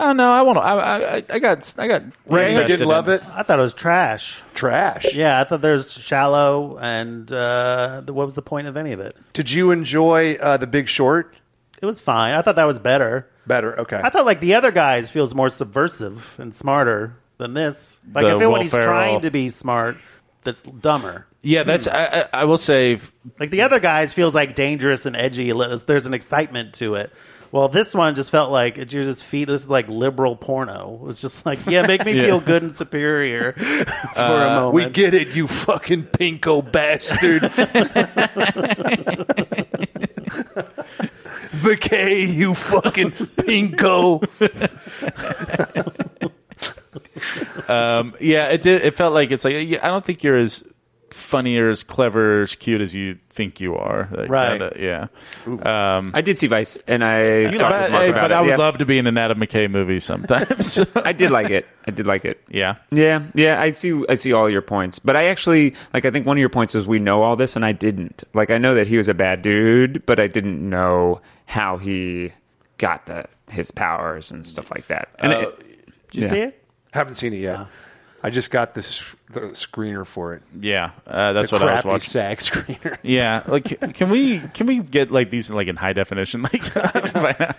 oh no, I won't. I, I, I got, I got. Ray, you invested didn't love in- it? I thought it was trash. Trash. Yeah, I thought there's shallow and uh, the- what was the point of any of it? Did you enjoy uh, The Big Short? It was fine. I thought that was better. Better. Okay. I thought like the other guys feels more subversive and smarter than this. Like The I feel Will when he's Ferrell. trying to be smart, that's dumber. Yeah, that's. I, I, I will say, Like the other guys feels like dangerous and edgy. Let- There's an excitement to it. Well, this one just felt like it- you're just feet. This is like liberal porno. It's just like, yeah, make me feel good and superior Uh, for a moment. we get it, you fucking pinko bastard. McKay, you fucking pinko. um, yeah, it did. It felt like it's like yeah, I don't think you're as funny or as clever or as cute as you think you are. That Right. kinda- yeah. I did see Vice, and I talked but, with Mark hey, about but it. I would Yeah. love to be in an Adam McKay movie sometimes. I did like it. I did like it. yeah. Yeah, yeah, I see. I see all your points, but I actually like. I think one of your points is we know all this, and I didn't. Like, I know that he was a bad dude, but I didn't know how he got the his powers and stuff like that. Uh, oh, And Uh, it- Did you yeah. see it? Haven't seen it yet. I just got this the screener for it. Yeah. Uh, that's what I was Crappy watching. SAG screener. Yeah, like can we can we get like these like in high definition like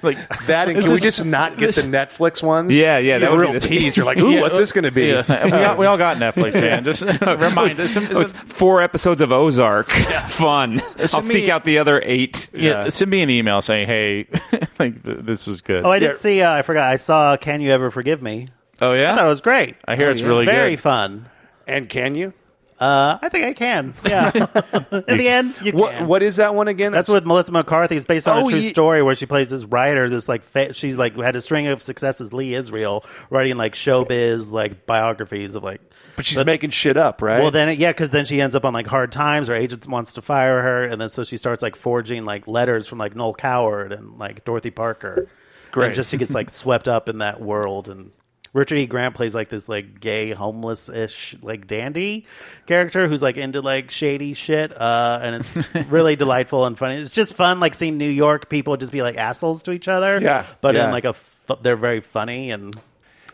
like That and Is can we this- just not get the Netflix ones? Yeah, yeah, It's that a would be real the- tease. You're like, ooh, Yeah, what's uh, this going to be? yeah, it's not- we, got, we all got Netflix, man. Just remind us. Oh, it's four episodes of Ozark. Fun. I'll me- seek out the other eight. yeah, send me an email saying, "Hey, like th- this was good." Oh, Oh, I did see. Uh, I forgot. I saw. Can you ever forgive me? I thought it yeah, was great. Oh, I hear it's really very good. fun. And can you? Uh, I think I can. Yeah. In the end, you What can. What is that one again? That's what Melissa McCarthy is based on Oh, a true ye- story where she plays this writer. This like fa- she's like had a string of successes. Lee Israel writing like showbiz like biographies of like. But she's making shit up, right? Well, then yeah, because then she ends up on like hard times. Her agent wants to fire her, and then so she starts like forging like letters from like Noel Coward and like Dorothy Parker. Great. And just she gets like swept up in that world and. Richard E. Grant plays like this like gay homeless ish like dandy character who's like into like shady shit, uh, and it's really delightful and funny. It's just fun like seeing New York people just be like assholes to each other. Yeah, but yeah. in like a f- they're very funny and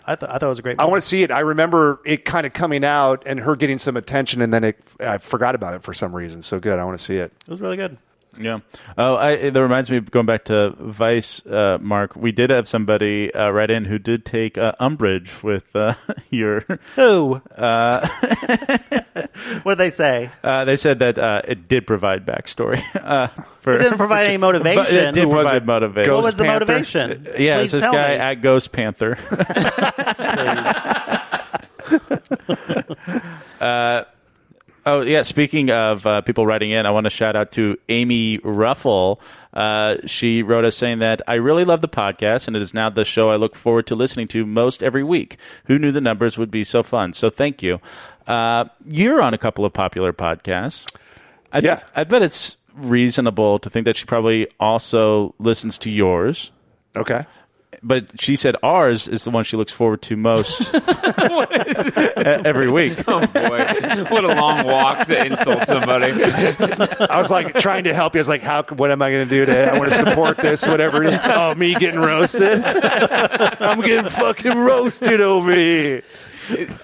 I, th- I thought it was a great. I movie. want to see it. I remember it kind of coming out and her getting some attention, and then it, I forgot about it for some reason. So good. I want to see it. It was really good. Yeah. Oh, I, that reminds me. of Going back to Vice, uh, Mark, we did have somebody uh, right in who did take uh, umbrage with uh, your. Who? what they say? Uh, they said that uh, it did provide backstory. Uh, for, It didn't provide any but motivation. it did was provide it? motivation. what Ghost was the Panther? Uh, motivation? yeah, it's Please this tell guy me. at Ghost Panther. Oh yeah, speaking of uh, people writing in, I want to shout out to Amy Ruffle. Uh, she wrote us saying that I really love the podcast, and it is now the show I look forward to listening to most every week. Who knew the numbers would be so fun? So thank you. Uh, you're on a couple of popular podcasts. I, Yeah. I bet it's reasonable to think that she probably also listens to yours. Okay. But she said ours is the one she looks forward to most every week. Oh boy, what a long walk to insult somebody. I was like trying to help you. I was like, how? What am I going to do to? I want to support this. Whatever. It is. Oh, me getting roasted. I'm getting fucking roasted over here.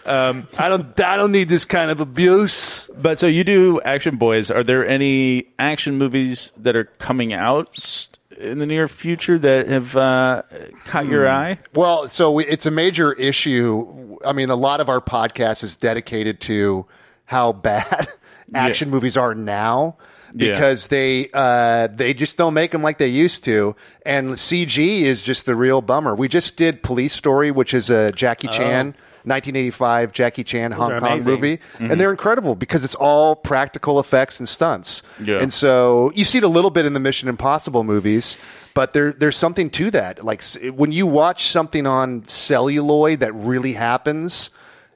Um, I don't. I don't need this kind of abuse. But so you do Action Boys. Are there any action movies that are coming out s- in the near future that have uh, caught your eye? Well, so we- it's a major issue. I mean, a lot of our podcast is dedicated to how bad action movies are now Yeah. because they uh, they just don't make them like they used to, and CG is just the real bummer. We just did Police Story, which is a Jackie Chan. 1985 Jackie Chan Hong are Kong amazing. movie, and they're incredible because it's all practical effects and stunts. Yeah. And so you see it a little bit in the Mission Impossible movies, but there there's something to that. Like s- when you watch something on celluloid that really happens,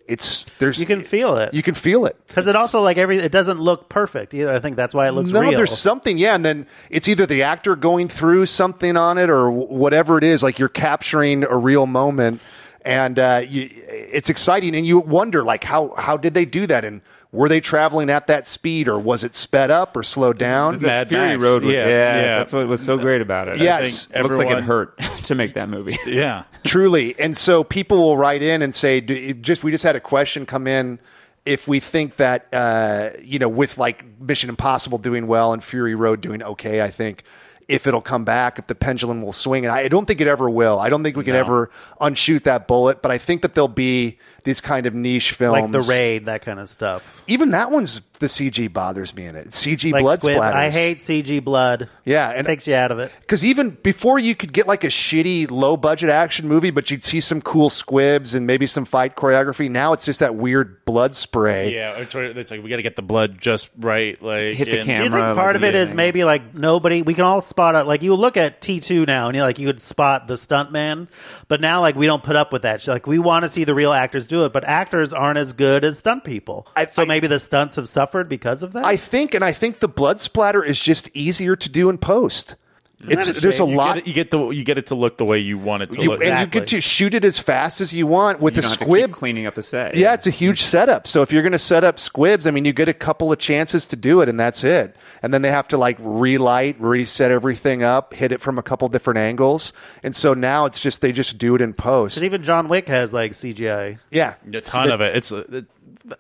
it's there's You can feel it. you can feel it. Because it also like every it doesn't look perfect either. I think that's why it looks No, real. there's something, yeah, and then it's either the actor going through something on it or wh- whatever it is. Like you're capturing a real moment, and uh, you, it's exciting, and you wonder like how how did they do that, and were they traveling at that speed, or was it sped up or slowed down? It's a Mad Fury Max. Road. With, Yeah, yeah, yeah. that's what was so great about it. I Yes. think it looks like Everyone- it hurt to make that movie. Yeah. Truly, and so people will write in and say, do, it "Just we just had a question come in. If we think that uh, you know, with like Mission Impossible doing well and Fury Road doing okay, I think if it'll come back, if the pendulum will swing, and I don't think it ever will. I don't think we can ever unshoot that bullet. But I think that there'll be these kind of niche films, like the raid, that kind of stuff. Even that one's the CG bothers me in it. CG Like blood squid. splatters. I hate CG blood. Yeah, it and- takes you out of it. Because even before you could get like a shitty low budget action movie, but you'd see some cool squibs and maybe some fight choreography. Now it's just that weird blood spray. Yeah, it's, it's like we got to get the blood just right. Like Hit the and- camera. Do you think part like, of it yeah. is maybe like nobody? We can all spot out. Like you look at T two now, and you're like you could spot the stuntman, but now like we don't put up with that. shit. Like we want to see the real actors do it, but actors aren't as good as stunt people. I- so I- maybe the stunts have suffered because of that. I think, and I think the blood splatter is just easier to do in post. It's that a there's a shame? You lot. You get the you get it to look the way you want it to you- look. And you Exactly. get to shoot it as fast as you want with You a don't have to keep squib cleaning up the set. Yeah, it's a huge setup. So if you're going to set up squibs, I mean, you get a couple of chances to do it, and that's it. And then they have to like relight, reset everything up, hit it from a couple different angles. And so now it's just they just do it in post. 'Cause even John Wick has like CGI. yeah, a ton of it. It's uh, it,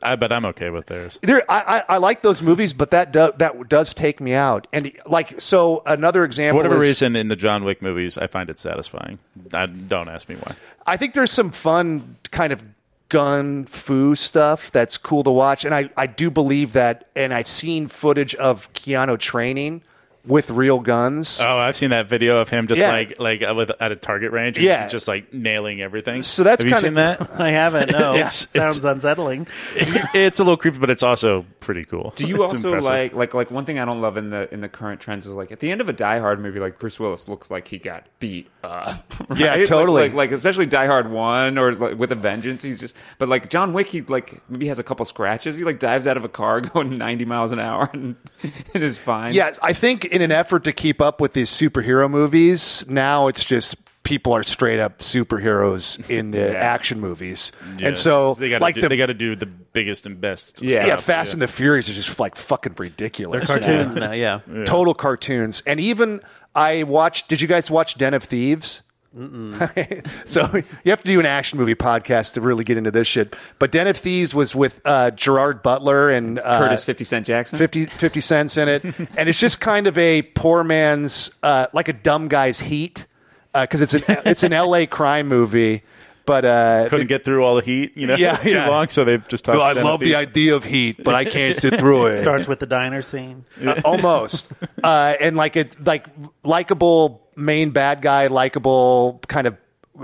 I bet I'm okay with theirs. There, I, I, I like those movies, but that do, that does take me out. And like, so another For example. whatever is- reason, in the John Wick movies, I find it satisfying. I, don't ask me why. I think there's some fun kind of gun foo stuff that's cool to watch. And I, I do believe that, and I've seen footage of Keanu training with real guns. Oh, I've seen that video of him just Yeah. like like uh, with at a target range. and Yeah. he's just like nailing everything. So that's have you kinda- seen that? I haven't. No, It's- sounds it's- unsettling. it's a little creepy, but it's also pretty cool. Do you also like like like one thing I don't love in the in the current trends is like at the end of a Die Hard movie, like Bruce Willis looks like he got beat up. Yeah, right? Like- totally. Like, like, especially Die Hard One or like with a Vengeance, he's just. But like John Wick, he like maybe has a couple scratches. He like dives out of a car going ninety miles an hour and, and is fine. Yeah, I think in an effort to keep up with these superhero movies, now it's just people are straight up superheroes in the action movies, and so they got like do, the they got to do the biggest and best. yeah, stuff. Fast and the Furious are just like fucking ridiculous. Cartoons now, yeah. total cartoons. And even I watched. Did you guys watch Den of Thieves? so you have to do an action movie podcast to really get into this shit. But Den of Thieves was with uh, Gerard Butler and uh, Curtis 50 Cent Jackson. 50, 50 cents in it. and it's just kind of a poor man's, uh, like a dumb guy's heat, because it's an it's an LA crime movie. But uh, Couldn't get through all the heat, you know. Yeah, it's too yeah. long, so they've just talked. I love the idea of heat, but I can't sit through it. Starts with the diner scene. Uh, almost uh, and like a like likable main bad guy likable kind of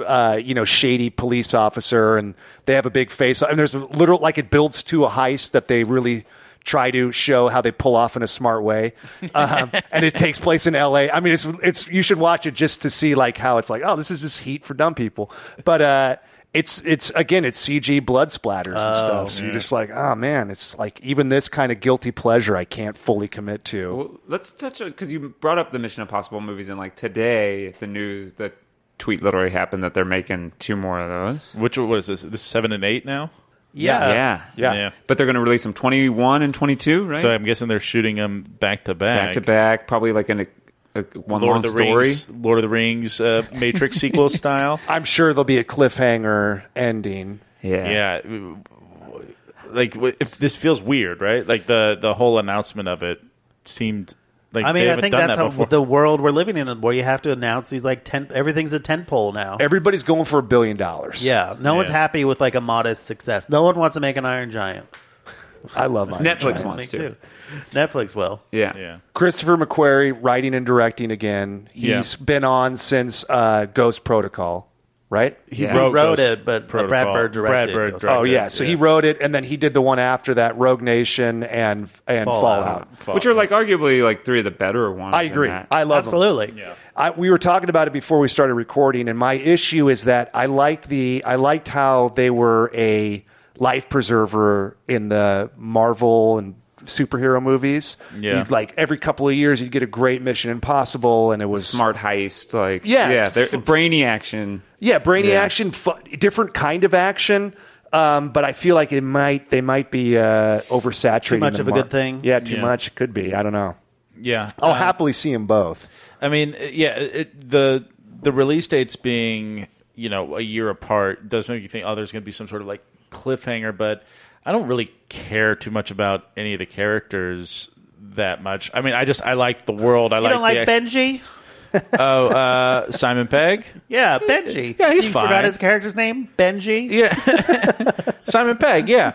uh, you know shady police officer and they have a big face and there's a literal like it builds to a heist that they really try to show how they pull off in a smart way um, and it takes place in la i mean it's it's you should watch it just to see like how it's like oh this is just heat for dumb people but uh it's it's again it's CG blood splatters and stuff. So you're just like, oh man, it's like even this kind of guilty pleasure I can't fully commit to. Well, let's touch on because you brought up the Mission Impossible movies, and like today, the news, the tweet literally happened that they're making two more of those. Which one was this? This is seven and eight now. Yeah. yeah, Yeah. Yeah. But they're going to release them twenty one and twenty two, right? So I'm guessing they're shooting them back to back to back, probably like in a, a one Lord long of the story. Rings, Lord of the Rings, uh, Matrix sequel style. I'm sure there'll be a cliffhanger ending. Yeah, Yeah, like w- if this feels weird, right? Like the the whole announcement of it seemed like I mean, they I haven't think done that's that how before. the world we're living in, where you have to announce these like ten. Everything's a tent pole now. Everybody's going for a billion dollars. yeah, no one's Yeah. happy with like a modest success. No one wants to make an Iron Giant. I love Iron Giant. Netflix Me wants to. too. Netflix will. Yeah. yeah, Christopher McQuarrie writing and directing again. He's been on since uh, Ghost Protocol, right? he Yeah. Wrote, Ghost it, but uh, Brad Protocol. Bird directed. Brad Bird Ghost- directed. oh yeah, so he wrote it, and then he did the one after that, Rogue Nation and and Fallout. Fallout. Which are like arguably like three of the better ones. I in agree. that. I love 'em. Absolutely. I, we were talking about it before we started recording, and my issue is that I liked the I liked how they were a life preserver in the Marvel and superhero movies. Yeah. You'd, like every couple of years, you'd get a great Mission Impossible, and it was Smart heist, like Yeah, yeah, it's they're- brainy action. Yeah, brainy Yeah. action, fu- different kind of action. Um, but I feel like it might they might be uh, oversaturating Too much the of a mar- good thing? Yeah, too Yeah. much. It could be. I don't know. Uh, yeah. I'll happily see them both. I mean, uh, yeah, it, the the release dates being you know a year apart does make you think, oh, there's going to be some sort of like cliffhanger. But I don't really care too much about any of the characters that much. I mean, I just I like the world. I You don't like the, act- Benji? Oh, uh, Simon Pegg. Yeah, Benji. Yeah, he's you fine. Forgot his character's name, Benji. Simon Pegg. Yeah,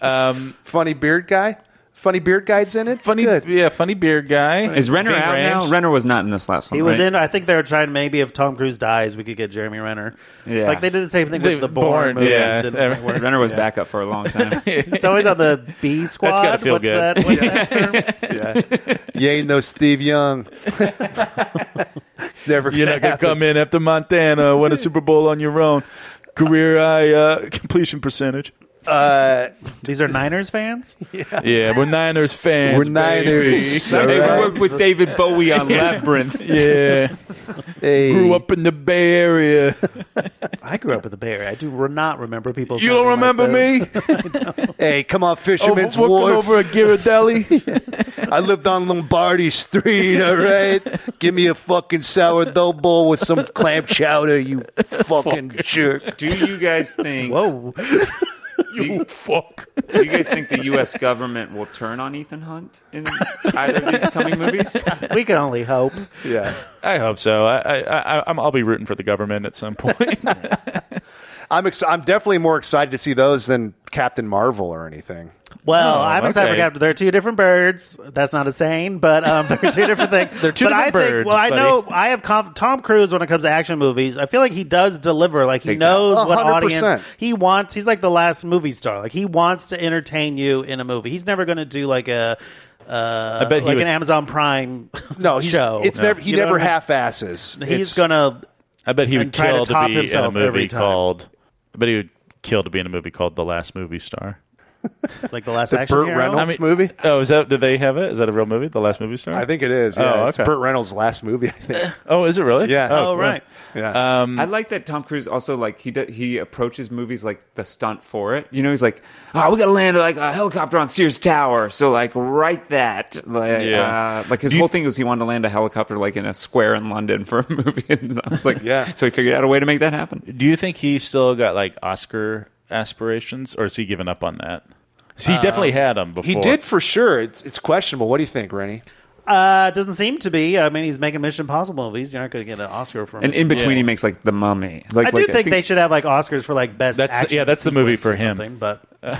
Funny beard guy. Funny beard guy's in it. funny. Good. Yeah, funny beard guy. Is Renner Ving out Rhames. now? Renner was not in this last one. He was right? in. I think they were trying maybe if Tom Cruise dies, we could get Jeremy Renner. Yeah. like they did the same thing They- with the Bourne, Bourne. movies, yeah. didn't it? Renner was back up for a long time. It's always on the B squad. gotta feel What's good. that? What's that term? You ain't no Steve Young. it's never You're gonna not gonna happen. come in after Montana, win a Super Bowl on your own. Career high uh, completion percentage. uh, These are Niners fans. Yeah, we're Niners fans. We're baby. Niners. They Alright. worked with David Bowie on Labyrinth. Yeah, Hey. grew up in the Bay Area. I grew up in the Bay Area. I do re- not remember people. You don't sounding like remember those. me? Hey, come on, Oh, Fisherman's working Wharf. over at Ghirardelli. I lived on Lombardi Street, all right? Give me a fucking sourdough bowl with some clam chowder, you fucking jerk. Do you guys think? Whoa! Do, Fuck. do you guys think the U.S. government will turn on Ethan Hunt in either of these coming movies? We can only hope. Yeah. I hope so. I, I, I, I'm, I'll be rooting for the government at some point. I'm ex- I'm definitely more excited to see those than Captain Marvel or anything. Well, I'm excited for Oh, okay. Captain. They're two different birds. That's not a saying, but um, they're two different things. they're two but different I think, birds, Well, I buddy. know I have conf- Tom Cruise when it comes to action movies. I feel like he does deliver. Like he Big time. knows Oh, what 100%. audience he wants. He's like the last movie star. Like he wants to entertain you in a movie. He's never going to do like a. Uh, I bet he like would- an Amazon Prime. No, he's show. it's never he You know never what I mean? half asses. He's gonna. I bet he And would try to kill to, top be in a himself every movie time. called. I bet he would kill to be in a movie called The Last Movie Star. like the last The action Burt hero. Reynolds I mean- movie. Oh, is that? Did they have it? Is that a real movie? The last movie star? I think it is. Oh, Yeah, it's okay. Burt Reynolds' last movie. I think. Oh, is it really? Yeah. Oh, cool. right. Yeah. I like that Tom Cruise also like he d- he approaches movies like the stunt for it. You know, he's like, "Ah, we got to land like a helicopter on Sears Tower, so like write that." Like, uh, Yeah. like his whole thing was he wanted to land a helicopter like in a square in London for a movie, and I was like, Yeah. So he figured out a way to make that happen. Do you think he still got like Oscar aspirations, or is he given up on that? 'Cause he Uh, definitely had them before. he did for sure. It's it's questionable. What do you think, Rennie? Uh, doesn't seem to be. I mean, he's making Mission Impossible movies. You're not going to get an Oscar for. And in between, Yeah. he makes like the Mummy. Like, I do like, think, they should have like Oscars for like best. That's the- action yeah, that's the movie sequence for or him. something, But This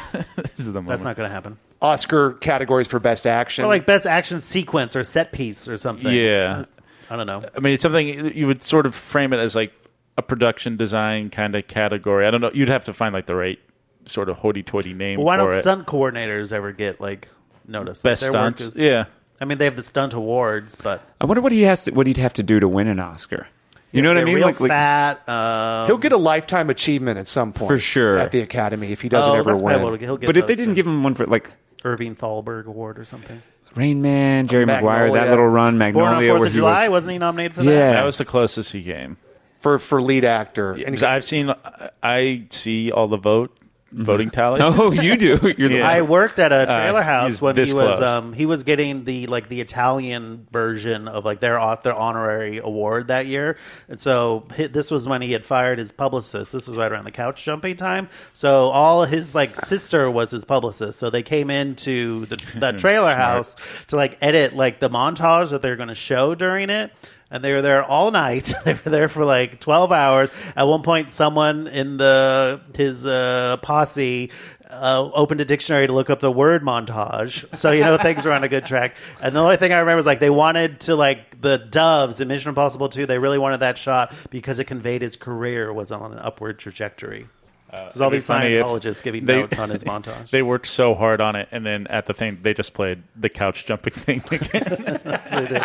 is the that's moment. not going to happen. Oscar categories for best action. Or like best action sequence or set piece or something. Yeah. I don't know. I mean, it's something you would sort of frame it as like a production design kind of category. I don't know. You'd have to find like the right sort of hoity-toity name Why for don't it. stunt coordinators ever get like noticed? Best Their work stunts. is- yeah. I mean, they have the stunt awards, but I wonder what he has to, what he'd have to do to win an Oscar. You know what I they're mean? real Like, like fat. Um, He'll get a lifetime achievement at some point For sure. at the Academy if he doesn't oh, ever that's probably win. what he'll get. He'll get but if the they didn't give him one for like Irving Thalberg Award or something. Rain Man, Jerry Maguire, Magnolia. that little run, Born Magnolia, on Fourth where of he July, was. was, not he nominated for Yeah. that? That was the closest he came. for for lead actor. And Because I've seen, I see all the vote Mm-hmm. voting tallies. Oh, you do. You're the Yeah. Uh, I worked at a trailer house he's when this he was close. um, he was getting the like the Italian version of like their au- their honorary award that year, and so hi- this was when he had fired his publicist. This was right around the couch jumping time. So all his like sister was his publicist. So they came into the that trailer house to like edit like the montage that they were going to show during it. And they were there all night. they were there for like twelve hours. At one point, someone in the his uh, posse uh, opened a dictionary to look up the word montage, so you know things were on a good track. And the only thing I remember is like they wanted to like the doves in Mission Impossible Two. They really wanted that shot because it conveyed his career was on an upward trajectory. There's Uh, all it'd be these funny if Scientologists giving they- notes on his montage. They worked so hard on it, and then at the thing, they just played the couch jumping thing again.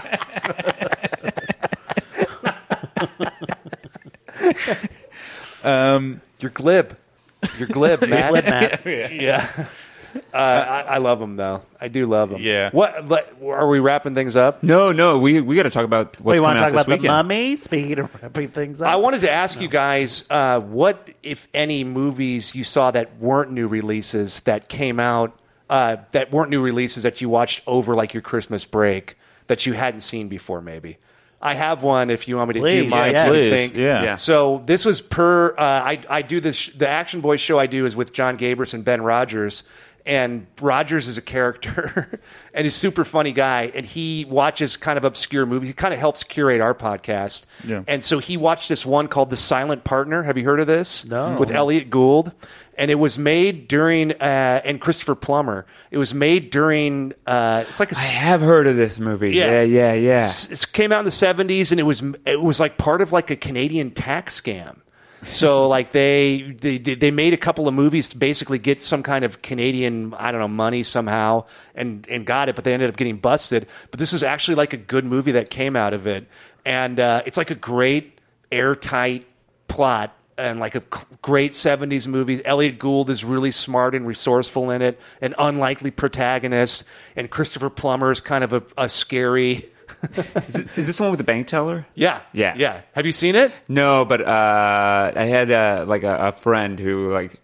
you're glib. You're glib, man. Flip Matt. I, I love him though. I do love him. Yeah. What like, are we wrapping things up? No, no, we we got to talk about We what's want coming to out this talk about the weekend. mummy. Speaking of wrapping things up, I wanted to ask you guys uh, what, if any, movies you saw that weren't new releases that came out uh, that weren't new releases that you watched over like your Christmas break that you hadn't seen before, maybe. I have one if you want me to Please, do mine. yeah, so you please, think. yeah. Yeah. So this was per. Uh, I I do this. The Action Boys show I do is with John Gabris and Ben Rogers, and Rogers is a character, and he's a super funny guy, and he watches kind of obscure movies. He kind of helps curate our podcast, Yeah. Mm-hmm. and so he watched this one called The Silent Partner. Have you heard of this? No. With Elliot Gould, and it was made during uh, and Christopher Plummer. It was made during. Uh, it's like a I have heard of this movie. Yeah, yeah, yeah. s- It came out in the seventies, and it was it was like part of like a Canadian tax scam. So like they they did- they made a couple of movies to basically get some kind of Canadian I don't know money somehow and and got it, but they ended up getting busted. But this was actually like a good movie that came out of it, and uh, it's like a great airtight plot and like a c- great 70s movie. Elliot Gould is really smart and resourceful in it, an unlikely protagonist, and Christopher Plummer is kind of a, a scary. Is, this, is this the one with the bank teller? Yeah. Yeah. Yeah. Have you seen it? No, but uh, I had uh, like a, a friend who like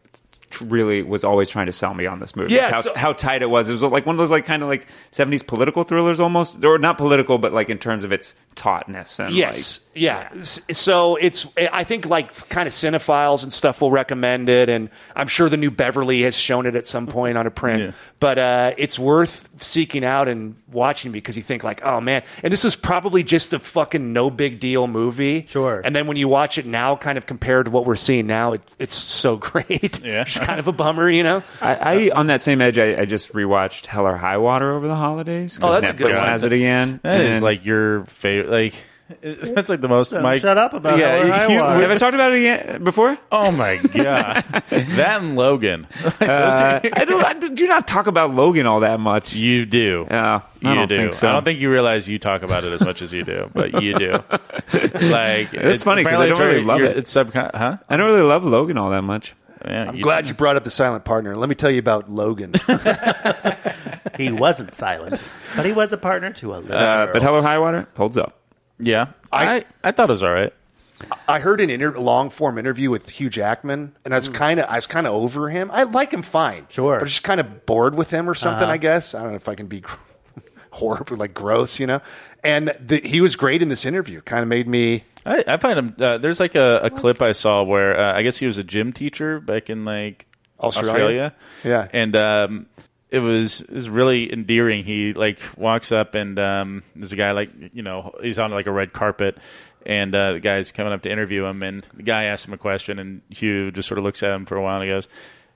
tr- really was always trying to sell me on this movie. Yeah, how, so- how tight it was. It was like one of those like kind of like seventies political thrillers almost, or not political, but like in terms of its tautness and Yes. yeah. S- So it's, I think like kind of cinephiles and stuff will recommend it. And I'm sure the new Beverly has shown it at some point on a print. But uh, it's worth seeking out and watching because you think, like, oh man. And this is probably just a fucking no big deal movie. Sure. And then when you watch it now, kind of compared to what we're seeing now, it, it's so great. Yeah. it's kind of a bummer, you know? Like, I, I uh, on that same edge, I, I just rewatched Hell or High Water over the holidays. 'cause Oh, that's a good Netflix one. has it again. That is and- like your favorite. Like it- that's like the most. Mike, shut up about yeah, Hell or High you- Water. Have I talked about it again before? Oh my god, that and Logan. Like, those Uh, are- I don't. I do not talk about Logan all that much. you do. Yeah, you I don't do. think so. I don't think you realize you talk about it as much as you do, but you do. Like funny 'cause I apparently don't it's really very- love you're- it. It's subcon. Huh? I don't really love Logan all that much. Yeah, I'm you- glad you brought up the silent partner. Let me tell you about Logan. He wasn't silent, but he was a partner to a little Uh, girl. but Hello High Water holds up. Yeah, I, I thought it was all right. I heard an inter- long form interview with Hugh Jackman, and I was kind of I was kind of over him. I like him fine, Sure. but I was just kind of bored with him or something. I guess I don't know if I can be gr- horrible, like gross, you know. And the, he was great in this interview. Kind of made me. I, I find him. Uh, there's like a, a clip I saw where uh, I guess he was a gym teacher back in like Australia? Yeah. and um, it was it was really endearing. He like walks up and um, there's a guy like you know he's on like a red carpet. And uh, the guy's coming up to interview him, and the guy asks him a question, and Hugh just sort of looks at him for a while, and he goes,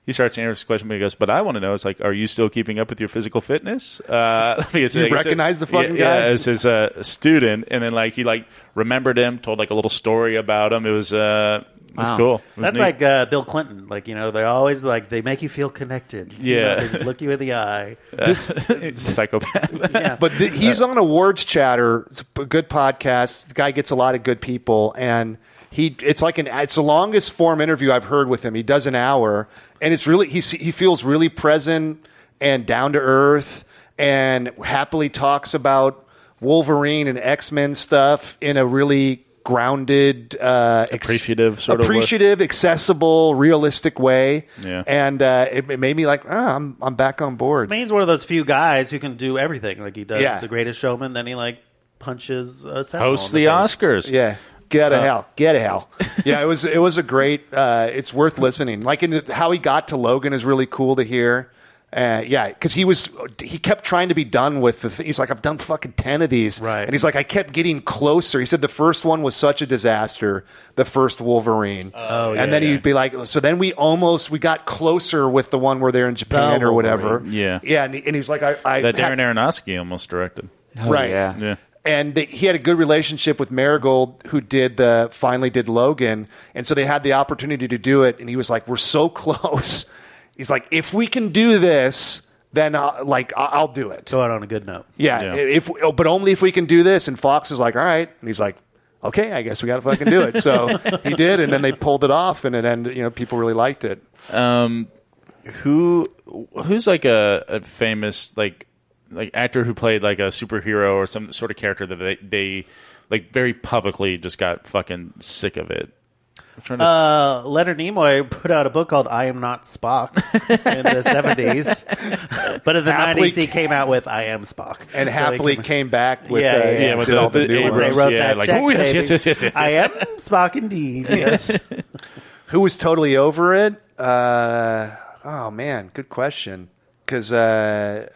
he starts answering his question, but he goes, "But I want to know, it's like, are you still keeping up with your physical fitness?" Uh, you recognize the fucking guy? as his uh, student, and then like he like remembered him, told like a little story about him. It was uh, it was Wow. cool. It was That's neat. like uh, Bill Clinton. Like you know, they're always like they make you feel connected. You Yeah. know, they just look you in the eye. psychopath. But th- he's on Awards Chatter. It's a p- good podcast. The guy gets a lot of good people, and he it's like an it's the longest form interview I've heard with him. He does an hour, and it's really he se- he feels really present and down to earth, and happily talks about Wolverine and X Men stuff in a really grounded, uh, ex- Appreciative sort of way. appreciative, accessible, realistic way. Yeah. and uh, it, it made me like, ah, I'm I'm back on board. I mean, he's one of those few guys who can do everything. Like he does Yeah. the Greatest Showman, then he like punches a sentinel Hosts in the the face. Oscars. Yeah. Get a hell. Get a hell. Uh, yeah, it was it was a great uh it's worth listening. Like in the, how he got to Logan is really cool to hear. Uh, yeah, because he was he kept trying to be done with the. Th- he's like, I've done fucking ten of these, Right. And he's like, I kept getting closer. He said the first one was such a disaster, the first Wolverine. Oh, yeah, And then yeah. he'd be like, so then we almost we got closer with the one where they're in Japan or Wolverine. whatever. Yeah. yeah. And, he, and he's like, I, I That had- Darren Aronofsky almost directed. Oh, right? yeah. Yeah. And they, he had a good relationship with Marigold, who did the finally did Logan, and so they had the opportunity to do it. And he was like, "We're so close." He's like, "If we can do this, then I'll, like I- I'll do it." Go out on a good note. yeah, Yeah. If oh, but only if we can do this. And Fox is like, "All right," and he's like. Okay, I guess we got to fucking do it. So he did, and then they pulled it off, and it ended. You know, people really liked it. Who who's like a, a famous like like actor who played like a superhero or some sort of character that they, they like very publicly just got fucking sick of it. I'm trying to Uh, Leonard Nimoy put out a book called "I Am Not Spock" in the seventies, but in the Happily- nineties he came out with "I Am Spock" And So he happily came- came back with Yeah, uh, yeah, with did the- all the, the new When ones. they Abrams, wrote yeah, that like, check, "Oh, yes, baby, yes, yes, yes, yes, I am Spock indeed. Yes. Who was totally over it? Uh, oh man, good question. Because uh,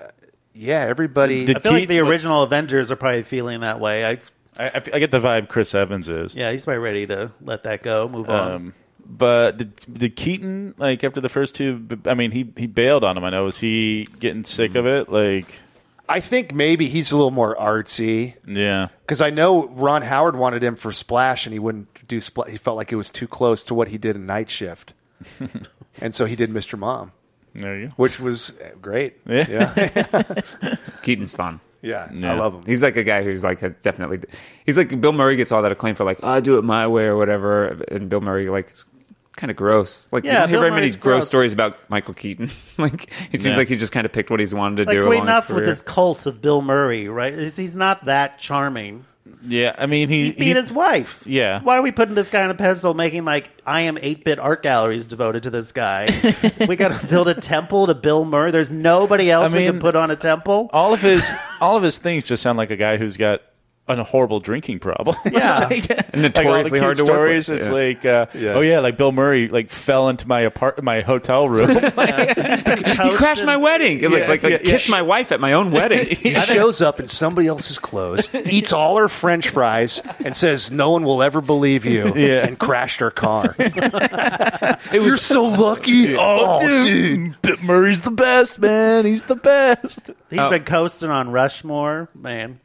yeah, everybody. Did- I feel like the Keaton- original Avengers are probably feeling that way. I I, I I get the vibe Chris Evans is. yeah, he's probably ready to let that go, move on. Um, but did, did Keaton like after the first two? I mean, he he bailed on him. I know. Was he getting sick of it? Like, I think maybe he's a little more artsy. yeah, Because I know Ron Howard wanted him for Splash, and he wouldn't do Splash. He felt like it was too close to what he did in Night Shift, and so he did Mr. Mom, there you go. which was great. Yeah. yeah, Keaton's fun. Yeah, Yeah. I love him. He's like a guy who's like has definitely. He's like Bill Murray gets all that acclaim for like I do it my way or whatever, and Bill Murray like is kind of gross. Like Yeah, you don't hear Bill very many Murray's gross, gross. stories about Michael Keaton. like it seems Yeah. like he just kind of picked what he's wanted to Like do. wait along enough his with career. this cult of Bill Murray, right? He's he's not that charming. Yeah, I mean, he, He beat his wife. Yeah. Why are we putting this guy on a pedestal making like I am eight bit art galleries devoted to this guy? we gotta build a temple to Bill Murray. There's nobody else we mean- can put on a temple. all of his all of his things just sound like a guy who's got a horrible drinking problem. Yeah. Like, Notoriously all the cute hard to work with. stories. It's Yeah. like, uh, oh yeah, like Bill Murray like fell into my apart my hotel room. He crashed my wedding. like like, like yeah, yeah. kissed my wife at my own wedding. He shows up in somebody else's clothes, eats all her French fries, and says, "No one will ever believe you," Yeah. and crashed her car. You're so lucky. oh, dude, Bill Murray's the best, man. He's the best. He's been coasting on Rushmore, man.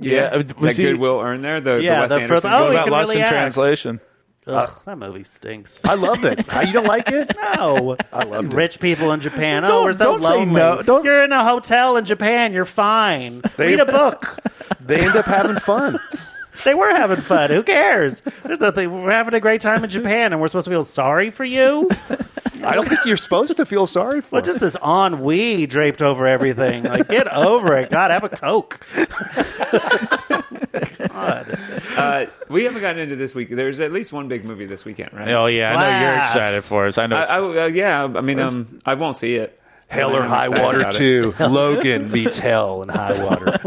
Yeah, that was he- goodwill earned there. The, Yeah, the Wes the Anderson. first- oh, book. he About can Lost really in act. Translation. Ugh, that movie stinks. I love it. How you don't like it? No, I loved it. rich people in Japan. oh, Don't- we're so don't say lonely. no. Don't- You're in a hotel in Japan. You're fine. Read a book. They end up having fun. They were having fun. Who cares? There's nothing. We're having a great time in Japan, and we're supposed to feel sorry for you. I don't think you're supposed to feel sorry for. Well, just this ennui draped over everything. Like, get over it. God, have a Coke. Uh, we haven't gotten into this week. There's at least one big movie this weekend, right? Oh yeah, I know you're Glass. excited for us. I know. I, I- uh, yeah, I mean, um, I won't see it. Hell or I'm High excited Water about it. Two. Logan beats Hell and High Water.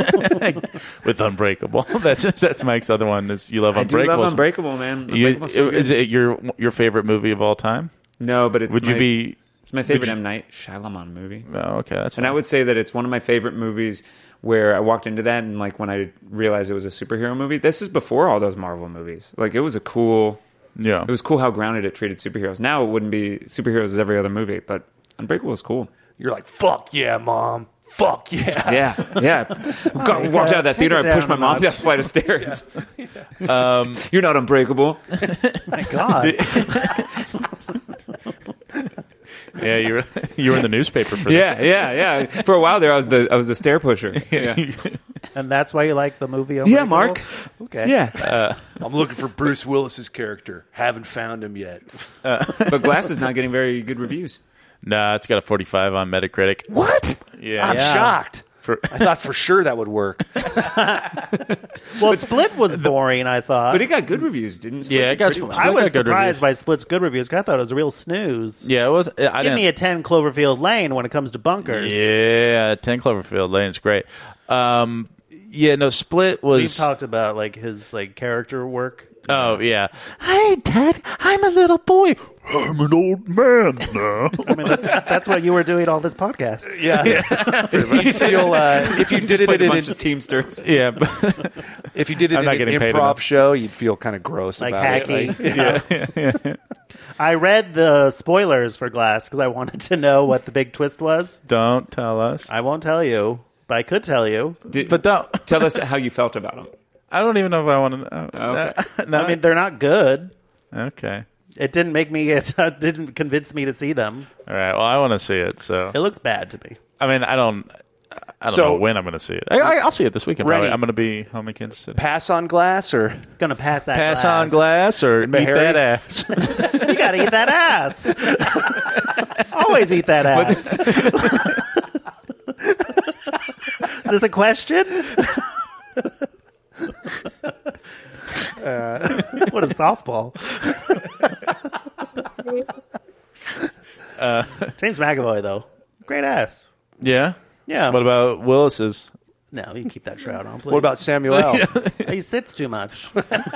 with Unbreakable. that's that's Mike's other one. Is you love I do Unbreakable? love Unbreakable, man. You- Unbreakable's so is good. it your your favorite movie of all time? No, but it's Would my- you be? It's my favorite you- M Night Shyamalan movie. Oh, okay, that's And I fine. would say that it's one of my favorite movies where I walked into that and like when I realized it was a superhero movie. This is before all those Marvel movies. Like it was a cool yeah. it was cool how grounded it treated superheroes. Now it wouldn't be superheroes as every other movie, but Unbreakable was cool. You're like, fuck yeah, mom. Fuck yeah. Yeah, yeah. Got, walked out of that Take theater. it I pushed my down a mom notch. down a flight of stairs. Um, You're not unbreakable. My God. yeah, you were you were in the newspaper for Yeah, yeah, yeah. For a while there, I was the I was the stair pusher. that. Yeah, and that's why you like the movie. yeah Unbreakable? Mark. Okay. Yeah, I'm looking for Bruce Willis's character. Haven't found him yet. but Glass is not getting very good reviews. Nah, it's got a 45 on Metacritic. What? Yeah. I'm Yeah. shocked. For- I thought for sure that would work. Well, Split was boring. I thought. But it got good reviews, didn't it? Yeah, it got Pretty well. I Split got was good reviews. surprised by Split's good reviews. 'cause I thought it was a real snooze. Yeah, it was. I Give didn't, me a ten Cloverfield Lane when it comes to bunkers. Yeah, Ten Cloverfield Lane is great. Um, yeah, no, Split We've was. talked about like his like character work. oh yeah. Hey, Dad, I'm a little boy. I'm an old man now. I mean, that's, that's what you were doing all this podcast. Feel, uh, if you did it Played a in bunch an, of Teamsters. yeah, but, if you did it I'm in not an getting paid improv enough. show, you'd feel kind of gross Like about it. hacky. I read the spoilers for Glass because I wanted to know what the big twist was. don't tell us. I won't tell you, but I could tell you. Did- But don't. tell us how you felt about them. I don't even know if I want to know. Okay. No, I mean, they're not good. okay. It didn't make me. It didn't convince me to see them. All right. Well, I want to see it. So It looks bad to me. I mean, I don't. I don't So- know when I'm going to see it. I, I, I'll see it this weekend. Probably. Rennie. I'm going to be home in Kansas City. Pass on glass or Gonna pass that. Pass glass. on glass or eat Harry? that ass. You gotta eat that ass. Always eat that ass. Is this a question? what a softball. James McAvoy, though. Great ass. yeah. Yeah. What about Willis's? no, you can keep that shroud on, please. what about Samuel? L? He sits too much.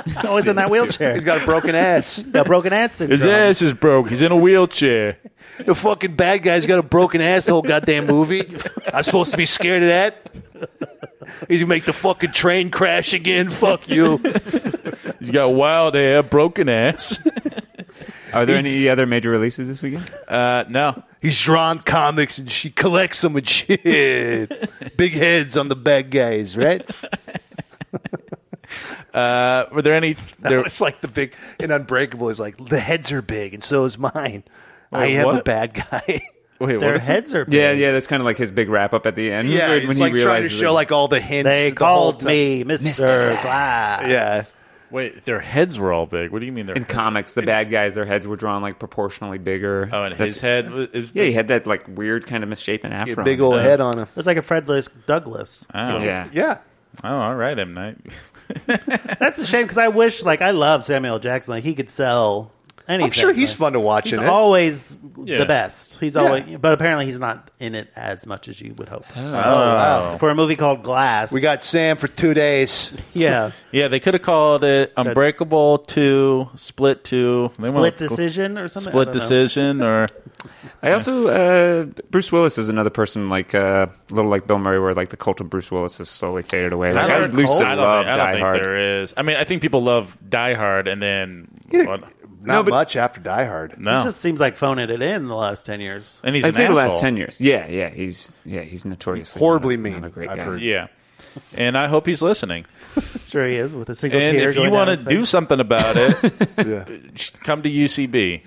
He's always in that wheelchair. He's got a broken ass. got broken ass syndrome. His ass is broke. He's in a wheelchair. the fucking bad guy's got a broken asshole. Goddamn movie. I'm supposed to be scared of that. You make the fucking train crash again. Fuck you. He's got wild hair, broken ass. Are there any other major releases this weekend? Uh, no. He's drawn comics and she collects them and shit. Big heads on the bad guys, right? Uh, were there any? There, It's like the big and Unbreakable is like the heads are big and so is mine. I Wait, am a what? bad guy. wait, what Their is it? heads are Yeah, yeah, that's kind of like his big wrap up at the end. yeah, When it's he like trying to realizes show it. like all the hints. They the called whole me Mr. Glass. Yeah, Wait, their heads were all big. What do you mean? Their in comics, the bad guys, their heads were drawn like proportionally bigger. oh, and That's- his head was, is Yeah, he had that like weird kind of misshapen afro. big old head on him. It's like a Fredless Douglass. Oh, Yeah. Yeah, Oh, all right, M Night. That's a shame because I wish, like, I love Samuel L. Jackson. Like, he could sell anything. I'm sure he's Like, fun to watch He's in it. always Yeah. the best. He's always, but apparently he's not in it as much as you would hope. Oh, Oh. wow. For a movie called Glass, we got Sam for two days. yeah, Yeah, they could have called it Unbreakable Two, Split Two, they wanna- split decision or something. I Split don't know. Decision, or I also uh, Bruce Willis is another person like uh, a little like Bill Murray, where like the cult of Bruce Willis has slowly faded away. Like, I, don't- would lose I to don't, love think- I don't Die think Hard. there is. I mean, I think people love Die Hard, and then what? Not but- much after Die Hard. It no, just seems like phoning it in the last ten years. and he's I'd an say the asshole. last ten years. Yeah, yeah, he's yeah he's notoriously Horribly not- mean, Not a great I've guy. heard. Yeah, and I hope he's listening. Sure, he is with a single And tear. if you want to do something about it, Yeah. come to UCB.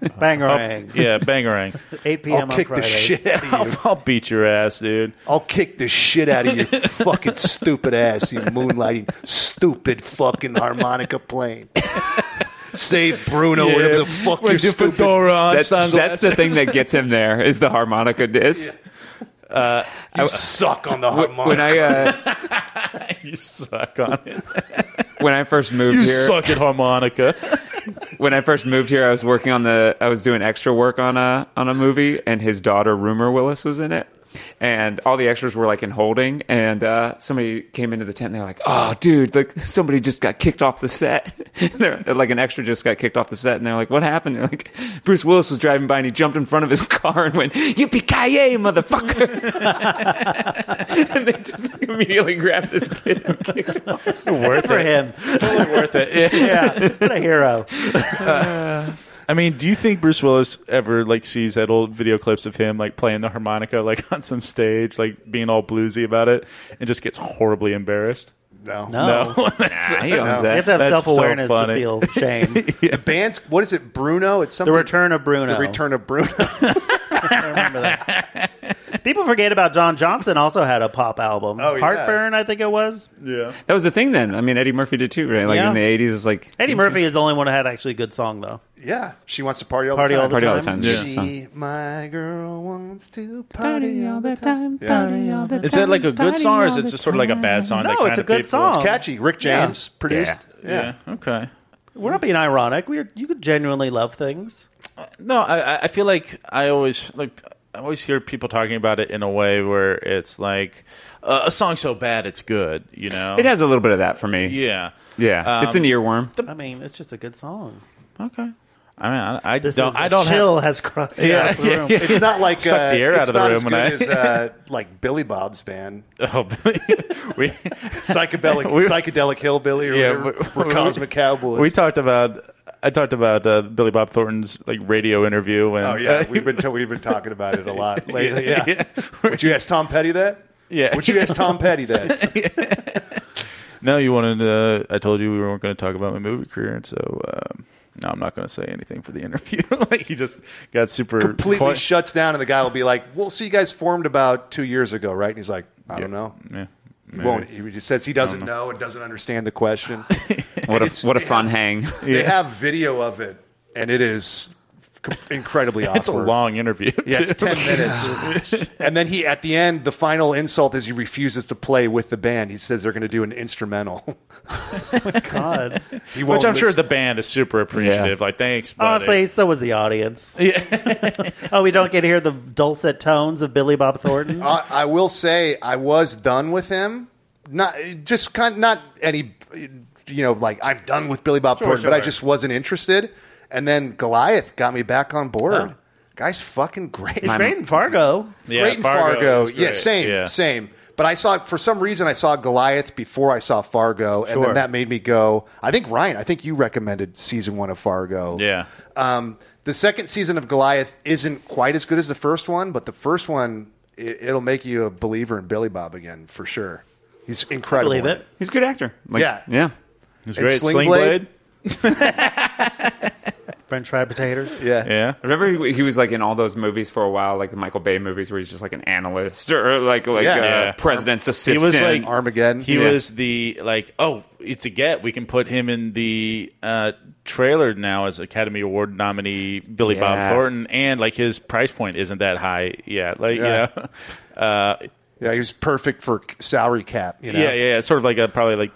bangerang, Yeah, bangerang. eight p.m. I'll on kick the Friday. shit out of you. I'll, I'll beat your ass, dude. I'll kick the shit out of your fucking stupid ass, you moonlighting, stupid fucking harmonica playing. Save Bruno, whatever the fuck you're stupid. That's, that's the thing that gets him there is the harmonica disc. You suck on the harmonica. When I uh, you suck on it. when I first moved You here, suck at harmonica. when I first moved here, I was working on the I was doing extra work on a on a movie, and his daughter Rumor Willis was in it. And all the extras were like in holding, and uh, somebody came into the tent. and They're like, "Oh, dude, like somebody just got kicked off the set." they're, like an extra just got kicked off the set, and they're like, "What happened?" They're like, "Bruce Willis was driving by and he jumped in front of his car and went yippee ki yay, motherfucker!" and they just like, immediately grabbed this kid and kicked him off. Worth for him. Worth it. Yeah. Yeah, what a hero. I mean, do you think Bruce Willis ever like sees that old video clips of him like playing the harmonica like on some stage, like being all bluesy about it, and just gets horribly embarrassed? Oh, No, Nah, he owns you that. have to have That's so self awareness to funny. feel shame. the band's what is it? Bruno? It's the something. return of Bruno. The return of Bruno. I remember that. People forget about John Johnson. Also had a pop album. Oh, yeah. Heartburn, I think it was. Yeah. That was the thing then. I mean, Eddie Murphy did too, right? Like Yeah. in the eighties, it's like Eddie Murphy is the only one who had actually a good song though. yeah, she wants to party all Party the all time. Party the all the time. time. Yeah. Yeah. song. She, my girl wants to party all the time. Is that like a good song or is it just sort of like a bad song? that No, it's kinda a good people- song. Catchy. Rick James produced. Yeah. Okay. We're not being ironic. We're you could genuinely love things. No, I, I- I feel like I always like I always hear people talking about it in a way where it's like uh, a song so bad it's good, you know. It has a little bit of that for me. Yeah. Yeah. Um, it's an earworm. I mean, it's just a good song. Okay. I mean, I, I This don't. is I don't have. chill has crossed yeah, the room. It's not like Suck uh, the air out it's of the not room as when good I- as uh, like Billy Bob's band, Oh, we psychedelic We- psychedelic hillbilly or, Yeah, whatever, we- or Cosmic Cowboys. we talked about. I talked about uh, Billy Bob Thornton's like radio interview when. oh yeah, we've been t- we've been talking about it a lot lately. Yeah. Would you ask Tom Petty that? Yeah. Would you ask Tom Petty that? No, you wanted to. I told you we weren't going to talk about my movie career, and so um, no, I'm not going to say anything for the interview. like he just got super Completely quiet. shuts down, and the guy will be like, "Well, so you guys formed about two years ago, right?" And he's like, "I don't know." Yeah. He won't. He just says he doesn't know. and doesn't understand the question. What It's- a what a fun hang. They have video of it, and it is com- incredibly awkward. It's a long interview. Yeah, too. it's ten minutes. and then he, at the end, the final insult is he refuses to play with the band. He says they're going to do an instrumental. God. He Which won't I'm sure listen. the band is super appreciative. Like, thanks, buddy. Honestly, so was the audience. oh, we don't get to hear the dulcet tones of Billy Bob Thornton. I, I will say I was done with him. Not just kind, not any, you know, like I'm done with Billy Bob Thornton, but I sure. just wasn't interested. And then Goliath got me back on board. Guy's fucking great. He's great in Fargo. yeah, great in Fargo. is Yeah, great. same, Yeah. same. But I saw for some reason I saw Goliath before I saw Fargo, and then that made me go. I think Ryan, I think you recommended season one of Fargo. Yeah. Um, the second season of Goliath isn't quite as good as the first one, but the first one it, it'll make you a believer in Billy Bob again for sure. He's incredible. Believe it. He's a good actor. Like, Yeah. Yeah. It's And great. Sling Sling Blade? Blade. French fried potatoes. Yeah. Yeah. I remember he, he was like in all those movies for a while, like the Michael Bay movies where he's just like an analyst or like like Yeah. uh, Yeah. president's He assistant. was like Armageddon. He Yeah. was the like, oh, it's a get. We can put him in the uh, trailer now as Academy Award nominee Billy Yeah. Bob Thornton, and like his price point isn't that high yet. Like, Yeah. you know, uh, Yeah, he was perfect for salary cap. You know? yeah, yeah. It's sort of like a probably like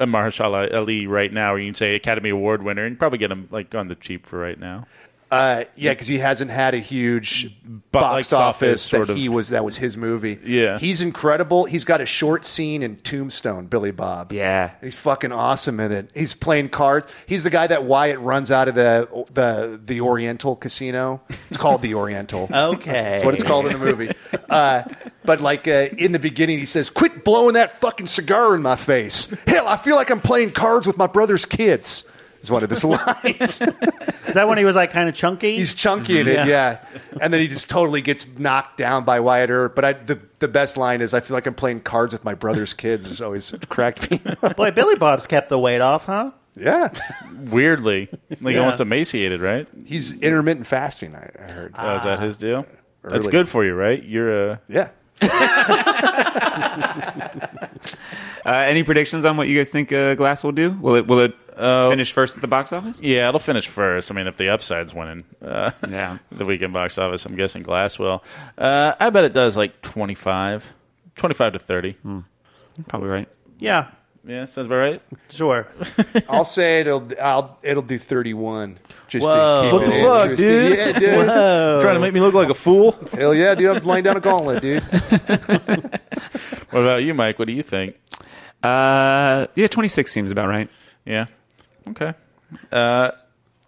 a Mahershala Ali right now, where you can say Academy Award winner and probably get him like on the cheap for right now. Uh, yeah, because he hasn't had a huge box like, office office sort that of- he was. That was his movie. Yeah. he's incredible. He's got a short scene in Tombstone, Billy Bob. Yeah. he's fucking awesome in it. He's playing cards. He's the guy that Wyatt runs out of the the the Oriental Casino. It's called the Oriental. Okay. That's what it's called in the movie. Uh, but like uh, in the beginning, he says, "Quit blowing that fucking cigar in my face." Hell, I feel like I'm playing cards with my brother's kids. Is one of his lines. Is that when he was like kind of chunky? He's chunky in it, yeah. And then he just totally gets knocked down by Wyatt Earp. But I, the the best line is, "I feel like I'm playing cards with my brother's kids." Has always cracked me. up. Boy, Billy Bob's kept the weight off, huh? yeah, Weirdly, like Yeah. almost emaciated, right? he's intermittent fasting. I, I heard. Oh, is that his deal? That's Ah, Early. good for you, right? You're a yeah, uh, any predictions on what you guys think uh, Glass will do? Will it will it Finish first at the box office? Yeah, it'll finish first. I mean, if the upside's winning, uh, Yeah. the weekend box office, I'm guessing Glass will. Uh, I bet it does like 25, 25 to 30. Probably right. Yeah, Yeah, sounds about right. sure. I'll say it'll I'll it'll do 31. Just Whoa. Oh, to keep What it the fuck, interesting. dude? Yeah, dude. Trying to make me look like a fool. what Hell yeah, dude. I'm laying down a gauntlet, dude. about you, Mike? What do you think? Uh, yeah, 26 seems about right. Yeah. Okay. Uh,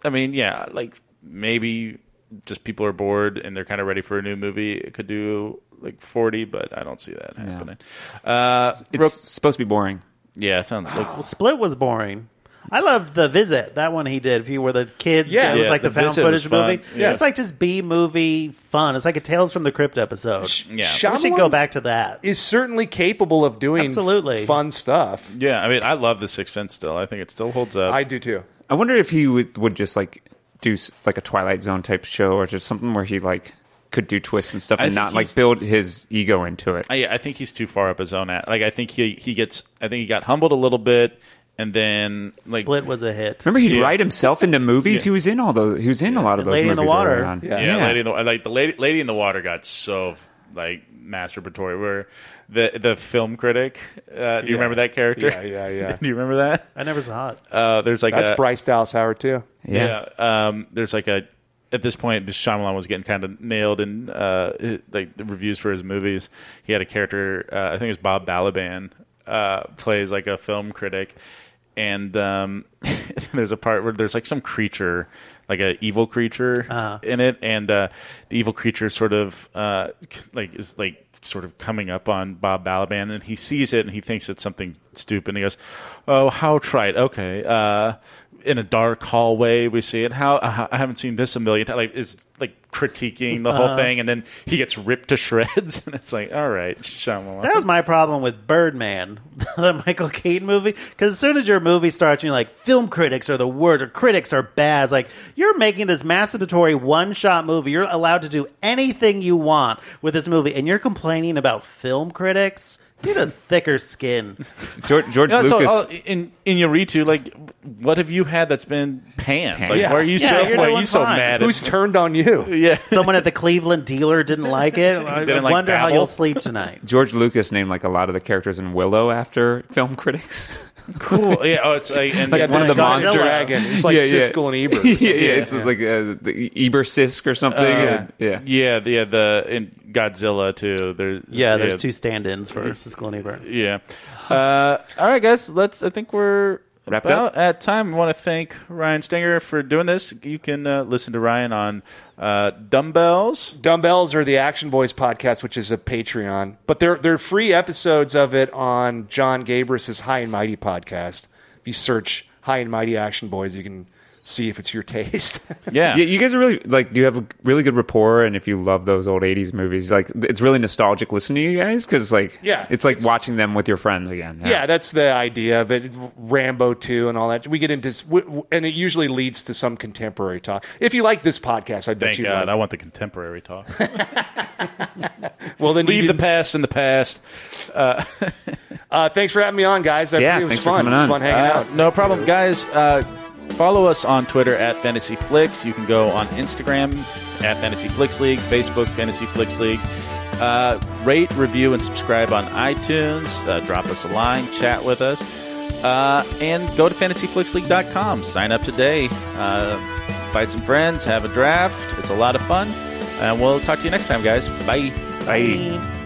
I mean, yeah, like maybe just people are bored and they're kind of ready for a new movie. It could do like 40, but I don't see that happening. Uh, It's real- supposed to be boring. yeah, it sounds like Well, Split was boring. I loved the visit that one he did. If you were the kids, Yeah, it was yeah, like the, The found Visit was footage fun. movie. Yeah. It's like just B movie fun. It's like a Tales from the Crypt episode. Yeah. we should Shyamalan go back to that. Is certainly capable of doing Absolutely. fun stuff. Yeah, I mean, I love The Sixth Sense still. I think it still holds up. I do too. I wonder if he would, would just like do s- like a Twilight Zone type show or just something where he like could do twists and stuff I and think not he's- like build his ego into it. I, I think he's too far up his own at. Like, I think he he gets. I think he got humbled a little bit, and then like Split was a hit. Remember, he'd write himself into movies. He was in all those. He was in a lot of those Lady in movies. the early Water. on. yeah, Lady in the like the lady Lady in the Water got so like masturbatory. Where the the film critic, uh, do you remember that character? Yeah, yeah, yeah. do you remember that? I never saw it. Uh, there's like That's a, Bryce Dallas Howard too. Yeah. Yeah. Um, there's like a at this point, Shyamalan was getting kind of nailed in uh, it- like the reviews for his movies. He had a character, uh, I think it was Bob Balaban, uh, plays like a film critic, and um, there's a part where there's like some creature, like an evil creature in it, and uh, the evil creature sort of uh, c- like is like sort of coming up on Bob Balaban, and he sees it and he thinks it's something stupid. And he goes, "Oh, how trite. Okay, uh, in a dark hallway, we see it. How uh, I haven't seen this a million times. Like is like critiquing the whole thing, and then he gets ripped to shreds, and it's like, all right, Shyamalan. That was my problem with Birdman, the Michael Keaton movie. Because as soon as your movie starts, you're like, film critics are the worst, or critics are bad. It's like, you're making this masturbatory one shot movie. You're allowed to do anything you want with this movie, and you're complaining about film critics? Get a thicker skin. George, George Yeah, so, Lucas. uh, in in Yoritu, like, what have you had that's been panned? Like, Yeah. why are you Yeah, so you're why are doing you so fine. mad? Who's At, turned on you? yeah, Someone at the Cleveland dealer didn't like it. I Didn't like wonder how Babel? you'll sleep tonight. George Lucas named like a lot of the characters in Willow after film critics. cool. Yeah, oh, it's like, and Like one of the Godzilla. monsters. Dragon. It's like Yeah, yeah. Siskel and Ebert. yeah, yeah, it's like uh, the Eber Sisk or something. Uh, yeah. yeah, the yeah, the in Godzilla too. There's Yeah, there's two stand ins for Siskel and Ebert. Yeah. Uh, all right, guys. Let's. I think we're Wrapped about up? at time. I want to thank Ryan Stinger for doing this. You can uh, listen to Ryan on uh, Dumbbells. Dumbbells are the Action Boys podcast, which is a Patreon, but they're they're free episodes of it on John Gabris's High and Mighty podcast. If you search High and Mighty Action Boys, you can see if it's your taste. Yeah. Yeah, you guys are really like. Do you have a really good rapport? And if you love those old '80s movies, like it's really nostalgic listening to you guys because, like, Yeah, it's like it's- watching them with your friends again. yeah, that's the idea of it. Rambo two and all that. We get into s- w- w- and it usually leads to some contemporary talk. If you like this podcast, I bet Thank you God. I like. want the contemporary talk. Well, then you Leave the didn't- past in the past. uh, thanks for having me on, guys. I Yeah, it was thanks for fun. coming It was on. fun hanging Uh, out. No problem, guys. Uh, follow us on Twitter at Fantasy Flicks. You can go on Instagram at Fantasy Flicks League, Facebook Fantasy Flicks League. Uh, rate, review, and subscribe on iTunes. Uh, drop us a line, chat with us, uh, and go to fantasyflicksleague.com. Sign up today. Uh, find some friends, have a draft. It's a lot of fun, and we'll talk to you next time, guys. Bye. Bye.